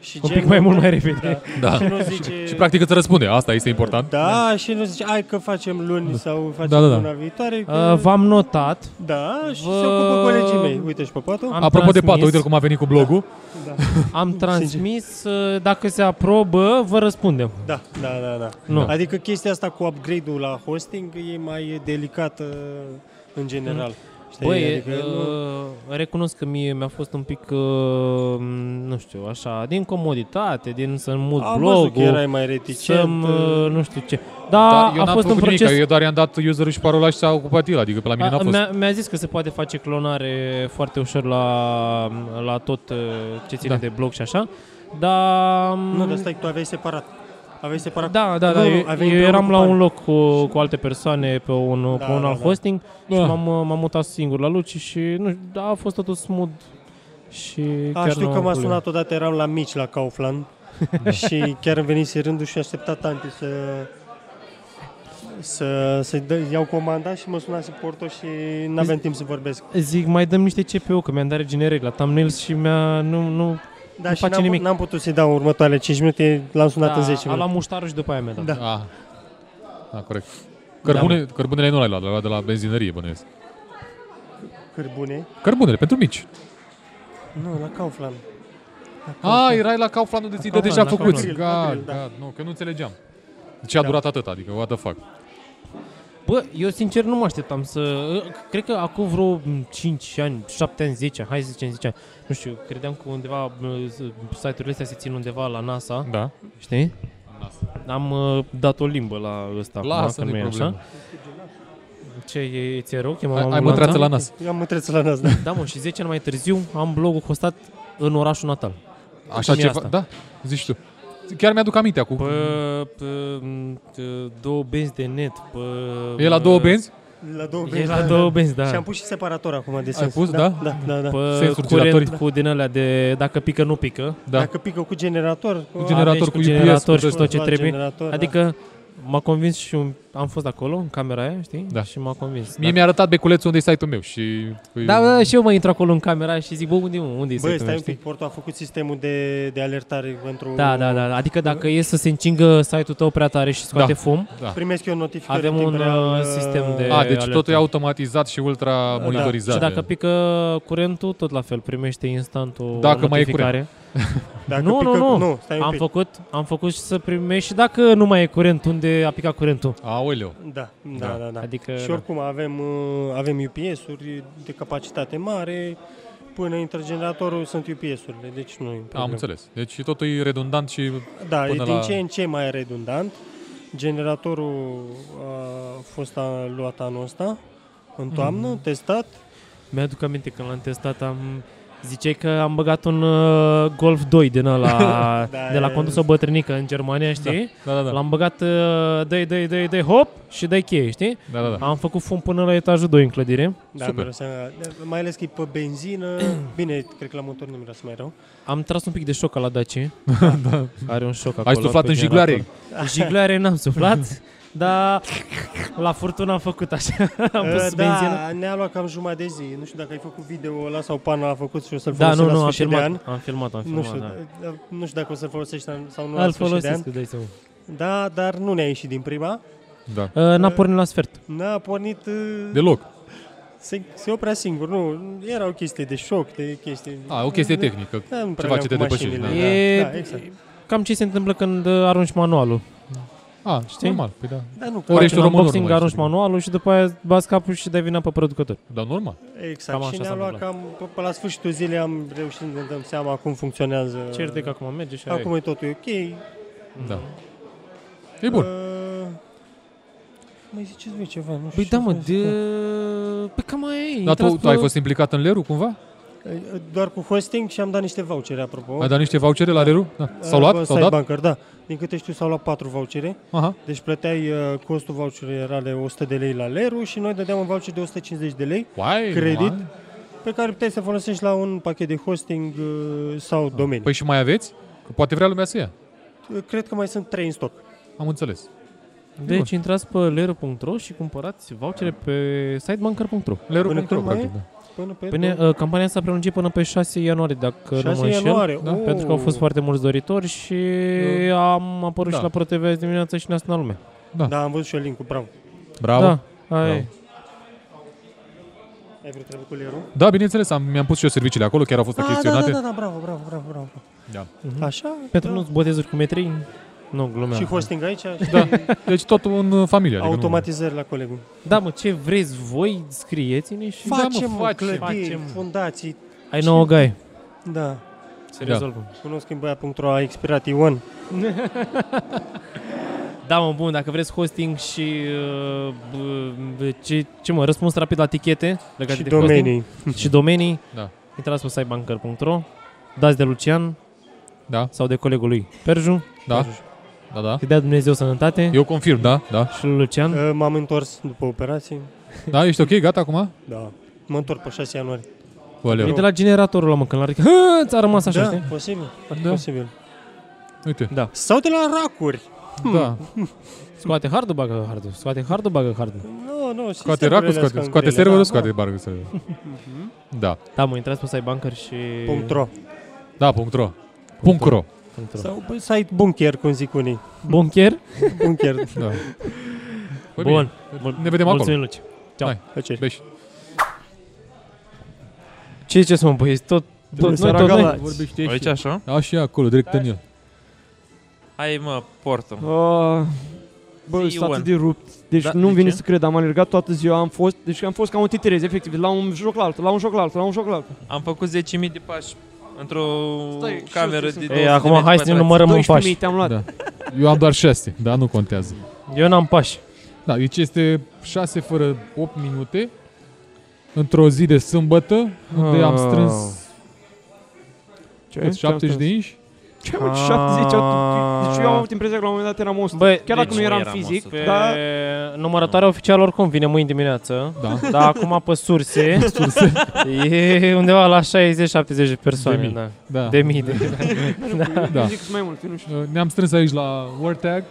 Și Un gen- pic mai mult mai repede. Da. Da. Și nu zice... și practic îți răspunde, asta este important. Da, și nu zice, hai că facem luni sau facem Da, da, da. luna viitoare. Că... Uh, v-am notat. Da, și se ocupă colegii mei. Uite și pe Patu. Am Apropo de transmis- Pato, uite cum a venit cu blogul. Da. Am transmis, uh, dacă se aprobă, vă răspundem. Da, da, da, da. Nu. Adică chestia asta cu upgrade-ul la hosting e mai delicată în general. Știi? Mm. Băi, adică nu... uh, recunosc că mie mi-a fost un pic, uh, nu știu, așa, din comoditate, din să-mi mut Am blogul. văzut că erai mai reticent, să-mi, uh. uh, nu știu ce. Da, eu a n-am fost un făcut proces... Nimic, eu doar i-am dat userul și parola și s-a ocupat el, adică pe la mine n-a A, fost. mi-a, mi-a zis că se poate face clonare foarte ușor la, la tot uh, ce ține Da. de blog și așa, dar... nu, dar stai, tu aveai separat. Aveai separat. Da, da, Nu, da. nu, Eu, aveai eu împreună eram cu la Pan. un loc cu, cu alte persoane pe un, Da, pe un da, alt da. hosting și Ah. Da. m-am, uh, m-am mutat singur la Luci și nu știu, da, a fost totul smooth și A, chiar Ah, știu nu că am m-a probleme. sunat odată, eram la mici la Kaufland și chiar îmi venise rândul și așteptat anti să să, să iau comanda și mă sunase porto și n-aveam Zi- timp să vorbesc. Zic, mai dăm niște CPU, că mi-am dat regenerate la thumbnails și mi-a, nu, nu, Da, nu și face n-am, nimic. n-am putut să-i dau Da, următoarele 5 minute, l-am sunat Da, în 10 A minute. luat muștarul și după aia mi-a dat. Da. Ah. Da, corect. Cărbune, cărbunele nu l-ai luat, l-ai luat de la benzinărie, bănuiesc. Cărbune? Cărbunele, pentru mici. Nu, la Kaufland. Ah, erai la Kaufland unde ți-i dă deja făcuți. April, God, april, da. God, nu, că nu înțelegeam. De ce a Da. durat atât, adică, what the fuck. Bă, eu sincer nu mă așteptam să... ă, Cred că acum vreo 5 ani, 7 ani, 10 ani, hai să zicem 10 ani, nu știu, credeam că undeva uh, site-urile astea se țin undeva la NASA. Da. Știi? Am uh, dat o limbă la ăsta acum, Lasă, că nu nu-i e problemă. așa. Ce, e, ți-e rău? Chemam Ai- ai ambulanța? mătreață la nas. Am mătreață la nas, da. Da, mă, și 10 ani mai târziu am blogul hostat în orașul natal. Așa Cum e ceva, asta? da, zici tu. Chiar mi-aduc aminte acum. Pă, pă, m, t- două benzi de net. Pă, E la două benzi? La două E benzi, la da, două da. benzi, da. Și am pus și separator acum de Ai sens. pus, da? Da, da, da. Pă, curent cu din alea de dacă pică, nu pică. Dacă pică cu generator, Da. Cu generator, cu, generator și tot ce trebuie. Generator, da. adică m-a convins și un, am fost acolo, în camera aia, știi? Da. Și m-a convins. Mie mi-a arătat beculețul unde e site-ul meu și... păi, da, da, da, și eu mă intru acolo în camera aia și zic, bă, unde, e, mă? unde e Băi, site-ul stai meu, un știi? pic, Porto a făcut sistemul de, de alertare pentru... Da, da, da. Adică dacă e să se încingă site-ul tău prea tare și scoate Da, fum, da. Primesc eu notificări Avem în timp un real, uh, sistem de A, deci alertă. totul e automatizat și ultra monitorizat. Da. Și dacă pică curentul, tot la fel, primește instant o Dacă mai e notificare. curent. Dacă nu, pică- nu, nu, nu, stai un am pic. făcut, am făcut și să primești și dacă nu mai e curent, unde a picat curentul. Aoleu. Da, da, da, da. Adică, și da. oricum avem, uh, avem UPS-uri de capacitate mare, până intră generatorul sunt UPS-urile, deci nu e Am problemă. înțeles. Deci totul e redundant și Da, până e din la... ce în ce mai redundant. Generatorul uh, a fost a, luat anul ăsta, în toamnă, Mhm. testat. Mi-aduc aminte când l-am testat, am ziceai că am băgat un uh, Golf 2 din ăla, Da, de la e- condus o bătrânică în Germania, știi? Da, da, da. L-am băgat, uh, dai, dai, dai, dai, hop și dai cheie, știi? Da, da, da. Am făcut fum până la etajul 2 în clădire. Da, miroase, mai ales că e pe benzină. Bine, cred că la motor nu miroase mai rău. Am tras un pic de șoc la Dacia. Are un șoc Da. Ai acolo. suflat pe în jigloare. generator. Jigloare n-am suflat. Dar la furtună am făcut așa. am Uh, pus benzină. Da, ne-a luat cam jumătate de zi. Nu știu dacă ai făcut video ăla sau pana a făcut și o să-l Da, folosim nu, la nu, am sfârșit de filmat, an. am filmat, am nu filmat, știu, da. uh, nu știu dacă o să-l folosești sau nu Îl la sfârșit de folosesc, an. îți dai seama. Da, dar nu ne-a ieșit din prima. Da. Uh, n-a pornit la sfert. N-a pornit... uh, Deloc. Se, se oprea singur, nu, erau chestii de șoc, de chestii... A, o chestie tehnică, Da, nu prea ceva aveam ce te cu depășește. mașinile, Da. E Da, exact. cam ce se întâmplă când uh, arunci manualul. A, știi? normal, păi da. Da, nu, Ori ești Faci un român, ori nu unboxing, mai arunci ești. manualul și după aia bați capul și dai vina pe producător. Da, normal. Exact, Cam și așa ne-a s-a luat întâmplat. cam, pe, pe la sfârșitul zilei am reușit să ne dăm seama cum funcționează. Cert e că acum merge și Acum are- e totul e ok. Da. E bun. Uh, mai ziceți voi ceva, nu știu. Păi ce da, mă, vreau să de... spun. Păi cam aia e. Dar tu, intrați tu ai pe- fost implicat în Leru cumva? Doar cu hosting și am dat niște vouchere, apropo. Ai dat niște vouchere la Leru? Da. S-au Uh, luat? bă, S-au site dat? Banker, da. Din câte știu, s-au luat patru vouchere. Aha. Deci plăteai uh, costul voucherului era de 100 de lei la Leru și noi dădeam un voucher de 150 de lei Uai, credit uai. pe care puteai să folosești la un pachet de hosting uh, sau domenii. Uh, Păi și mai aveți? Că poate vrea lumea să ia. Cred că mai sunt trei în stoc. Am înțeles. Deci intrați pe leru.ro și cumpărați vouchere pe sitebanker.ro. Leru.ro, Până când mai practic, da. e? da. Până pe Până, două- uh, campania s-a prelungit până pe 6 ianuarie, dacă 6 nu mă înșel, ianuarie, da? oh. pentru că au fost foarte mulți doritori și Da. am apărut Da. și la ProTV azi dimineața și ne-a sunat lumea. Da. da, am văzut și eu link-ul, bravo. Bravo. Da, aia e. Ai vrut treabă cu Leru? Da, bineînțeles, am, mi-am pus și eu serviciile acolo, chiar au fost Ah, da, da, achiziționate. da, da, bravo, bravo, bravo, bravo. Da. Așa? Pentru da. nu-ți botezuri cu metrii, nu, glumeam. Și hosting aici? și- Da. Deci totul în uh, familie. Adică Automatizări la colegul. Da, mă, ce vreți voi, scrieți-ne și Facem, da, mă, clădiri, fundații. Ai nouă gai. Da. Se Da. rezolvă. Cunosc în băia.ro a expirat Ion. Da, mă, bun, dacă vreți hosting și uh, bă, ce, ce mă, răspuns rapid la tichete legate Și de domenii. Hosting, și domenii. Da. Intrați pe sitebanker.ro, dați de Lucian da. sau de colegul lui Perju. Da. Da, da. Că dea Dumnezeu sănătate. Eu confirm, da, da. Și lui Lucian. Uh, M-am întors după operație. Da, ești ok, gata acum? Da. Mă întorc pe 6 ianuarie. Valeu. E de la generatorul ăla, mă, când l-a ridicat. Hă, Ți-a rămas așa, da, știi? posibil. Da. Da. posibil. Uite. Da. Sau de la racuri. Hmm. Da. Scoate hardul, bagă hardul. Scoate hardul, bagă hardul. Nu, nu, și Scoate racul, scoate, scoate serverul, scoate barul. serverul. Mhm. Da. Da, mă, intrați pe sitebanker și... Punctro. Da, punctro. Punctro. Sau pe site bunker, cum zic unii. Da. Bunker? bunker. Da. Păi Bun. bine, Mul- Ne vedem Mulțumim, acolo. Luci. Ceau. Hai, beși. Ce ce să mă băieți? Tot, tot noi, tot noi. Aici așa? Așa, acolo, direct în el. Hai mă, portă Uh, bă, Zi, sunt atât Ion. de rupt. Deci Da, da, nu-mi de vine ce? să cred, am alergat toată ziua, am fost, deci am fost ca un titirez, efectiv, de la un joc la altul, la un joc la altul, la un joc la altul. Am făcut 10.000 de pași într-o Stai, cameră știu, sunt- de 200 Ei, acum de metri hai să ne pătrați. numărăm în 12.000 pași. te-am luat. Da. Eu am doar 6, dar nu contează. Eu n-am pași. Da, deci este 6 fără 8 minute într-o zi de sâmbătă unde am strâns Ah, Oh. Ce? cât, Ce am 70 de strâns? inși. Ce mă, Ah. 70 au Deci eu am avut impresia că la un moment dat eram 100. Bă, Chiar deci deci dacă nu eram fizic, dar... Numărătoarea oficială oricum vine mâine dimineață. Da. Dar acum pe surse, e undeva la 60-70 de persoane. De mii. Da. Da. De mii. De, Da. Da. mai mult, nu știu. Ne-am strâns aici la WordTag.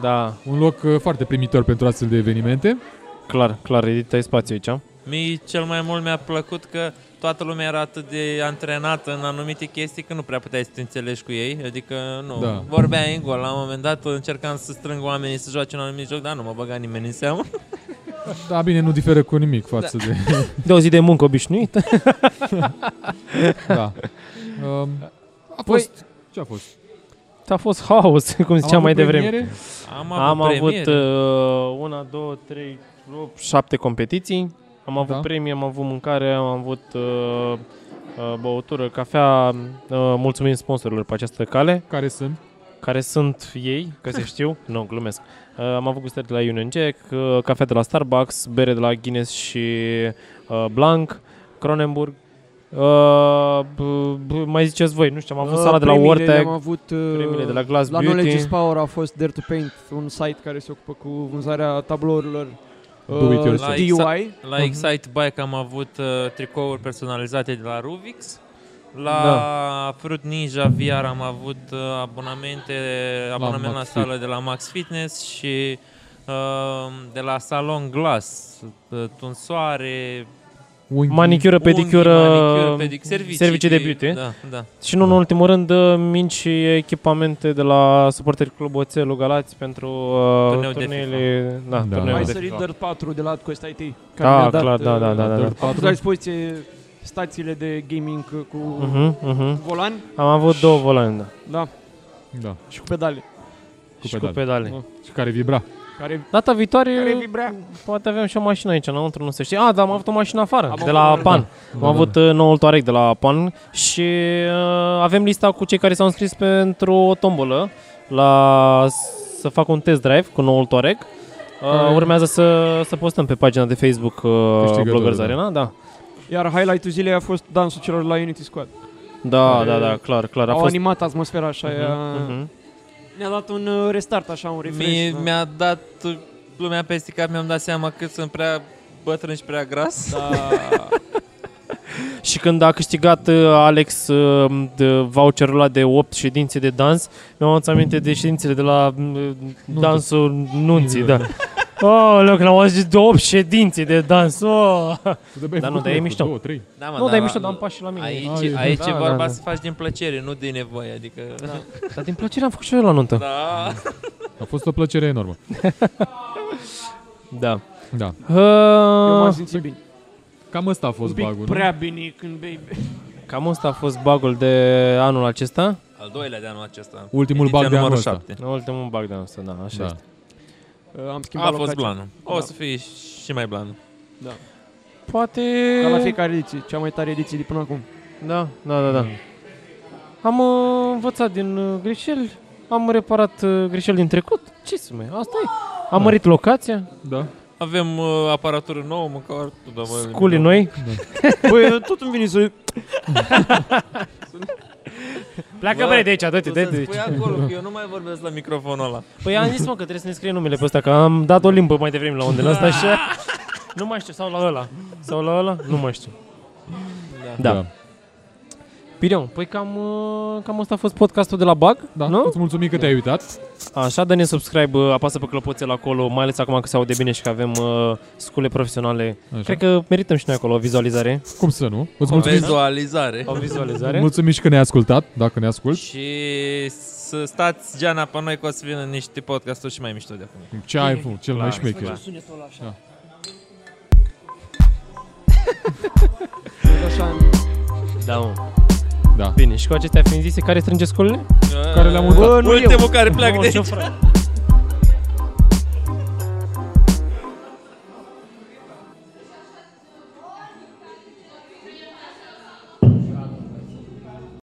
Da. Un loc uh, foarte primitor pentru astfel de evenimente. Clar, clar, editai spațiu aici. Mie cel mai mult mi-a plăcut că toată lumea era atât de antrenată în anumite chestii că nu prea puteai să te înțelegi cu ei. Adică, nu, Da. vorbea în gol. La un moment dat încercam să strâng oamenii să joace un anumit joc, dar nu mă băga nimeni în seamă. Da, bine, nu diferă cu nimic față Da. de... De o zi de muncă obișnuită. da. Um, Păi- a fost... Ce a fost? A fost haos, cum ziceam mai avut devreme. premiere? Am avut Am avut premiere. uh, una, două, trei, opt, șapte competiții. Am avut da. premii, am avut mâncare, am avut uh, uh, băutură, cafea. Uh, mulțumim sponsorilor pe această cale. Care sunt? Care sunt ei, că se știu. nu, glumesc. Uh, am avut gustări de la Union Jack, uh, cafea de la Starbucks, bere de la Guinness și uh, Blanc, Cronenburg. Uh, b- b- mai ziceți voi, nu știu, am avut Uh, sala de la premiile Ortec, le-am avut, uh, premiile de la Glass la Beauty. Knowledge is Power a fost Dare to Paint, un site care se ocupă cu vânzarea tablourilor uh, Do it yourself. DIY. Mhm. La Excite Bike am avut uh, tricouri personalizate de la Ruvix. La Da. da. Fruit Ninja VR am avut uh, abonamente, abonament la, Max sală de la Max Fitness și uh, de la Salon Glass, uh, tunsoare, Manicură, pedicură, mm, manicură, pedic- servicii servicii de de- beauty. da, da. Și nu în ultimul rând, mici și echipamente de la suporteri Club Oțelul Galați pentru uh, Turneul de turneele, da, FIFA. Da. turneul Mai de sărit FIFA. da. Dirt 4 de la Quest IT. Da, mi-a dat, clar, da, uh, da, da, da, da. Am pus la dispoziție stațiile de gaming uh, cu Mhm, mhm. volan. Am avut două volane, da. Da. Da. Și cu pedale. Cu și pedale. cu pedale. Da. Și care vibra. Care... Data viitoare Care vibra. poate avem și o mașină aici, înăuntru nu se știe. Ah, dar am avut o mașină afară, Am de avut la una- PAN. da. Am Da, avut uh, noul Touareg de la PAN și uh, avem lista cu cei care s-au înscris pentru o tombolă la să fac un test drive cu noul Touareg. Uh, Care- urmează să, să postăm pe pagina de Facebook uh, Câștigătorul, Bloggers da. Arena, da. Iar highlight-ul zilei a fost dansul celor la Unity Squad. Da, Care da, da, clar, clar, a au fost- animat atmosfera așa. Mhm, ea- mhm. Ne-a dat un uh, restart așa, un refresh. Mi, da. Mi-a dat uh, lumea peste cap, mi-am dat seama cât sunt prea bătrân și prea gras. Da. Și când a câștigat uh, Alex uh, de voucherul ăla de 8 ședințe de dans, mi-am adus aminte de ședințele de la uh, dansul nunții, da. Oh, loc, l-am auzit de 8 ședințe de dans. Oh. băi, Dar nu, făcut dar e una, mișto. două, trei. Da, mă, nu, dar e dar mișto, la- dar am pași la mine. Aici, Da, aici da, e vorba da. să faci din plăcere, nu din nevoie, adică... Da. Dar din plăcere am făcut și eu la nuntă. Da. A fost o plăcere enormă. da. Da. Eu m-am simțit bine. Cam ăsta a fost Un pic bagul. prea bine când bei. uh, Cam ăsta a fost bagul de anul acesta. Al doilea de anul acesta. Ultimul Ediția bag de anul numărul ăsta. șapte. Ultimul bug de anul ăsta, da, așa Da. este. Uh, am A schimbat fost locația. blanul. O Da. să fie și mai blanul. Da. Poate... Ca la fiecare ediție, cea mai tare ediție de până acum. Da, da, da, da. Am uh, învățat din uh, greșeli, am reparat uh, greșeli din trecut. Ce să mai, asta e. Am mărit locația. Da. Avem uh, aparatură nouă, măcar... Da, mă, Sculii noi. Da. Băi, tot îmi vine să... Pleacă, Bă, băi, de aici, dă-te, tu dă-te să-mi de spui aici. acolo, că eu nu mai vorbesc la microfonul ăla. Păi am zis, mă, că trebuie să ne scrie numele pe ăsta, că am dat o limbă mai devreme la undele ăsta și... Nu mai știu, sau la ăla. Sau la ăla? Nu mai știu. Da. da. Pirion, păi cam, uh, cam asta a fost podcastul de la BAG, da, nu? îți mulțumim că te-ai uitat. Așa, dă-ne subscribe, uh, apasă pe clopoțel acolo, mai ales acum că se aude bine și că avem uh, scule profesionale. Așa. Cred că merităm și noi acolo o vizualizare. Cum să nu? Îți O mulțumim. Vizualizare. O vizualizare. Mulțumim și că ne-ai ascultat, dacă ne ascult. Și să stați geana pe noi că o să vină niște podcasturi și mai mișto de acum. Ce ai făcut? Cel mai Da. șmecher. Da. Da. Așa, Da, mă. Da. Bine, și cu acestea fiind zise, care strânge sculele? Care le-am Bă, untat. nu eu. Ultimul care pleacă Mă, de ce aici. frate.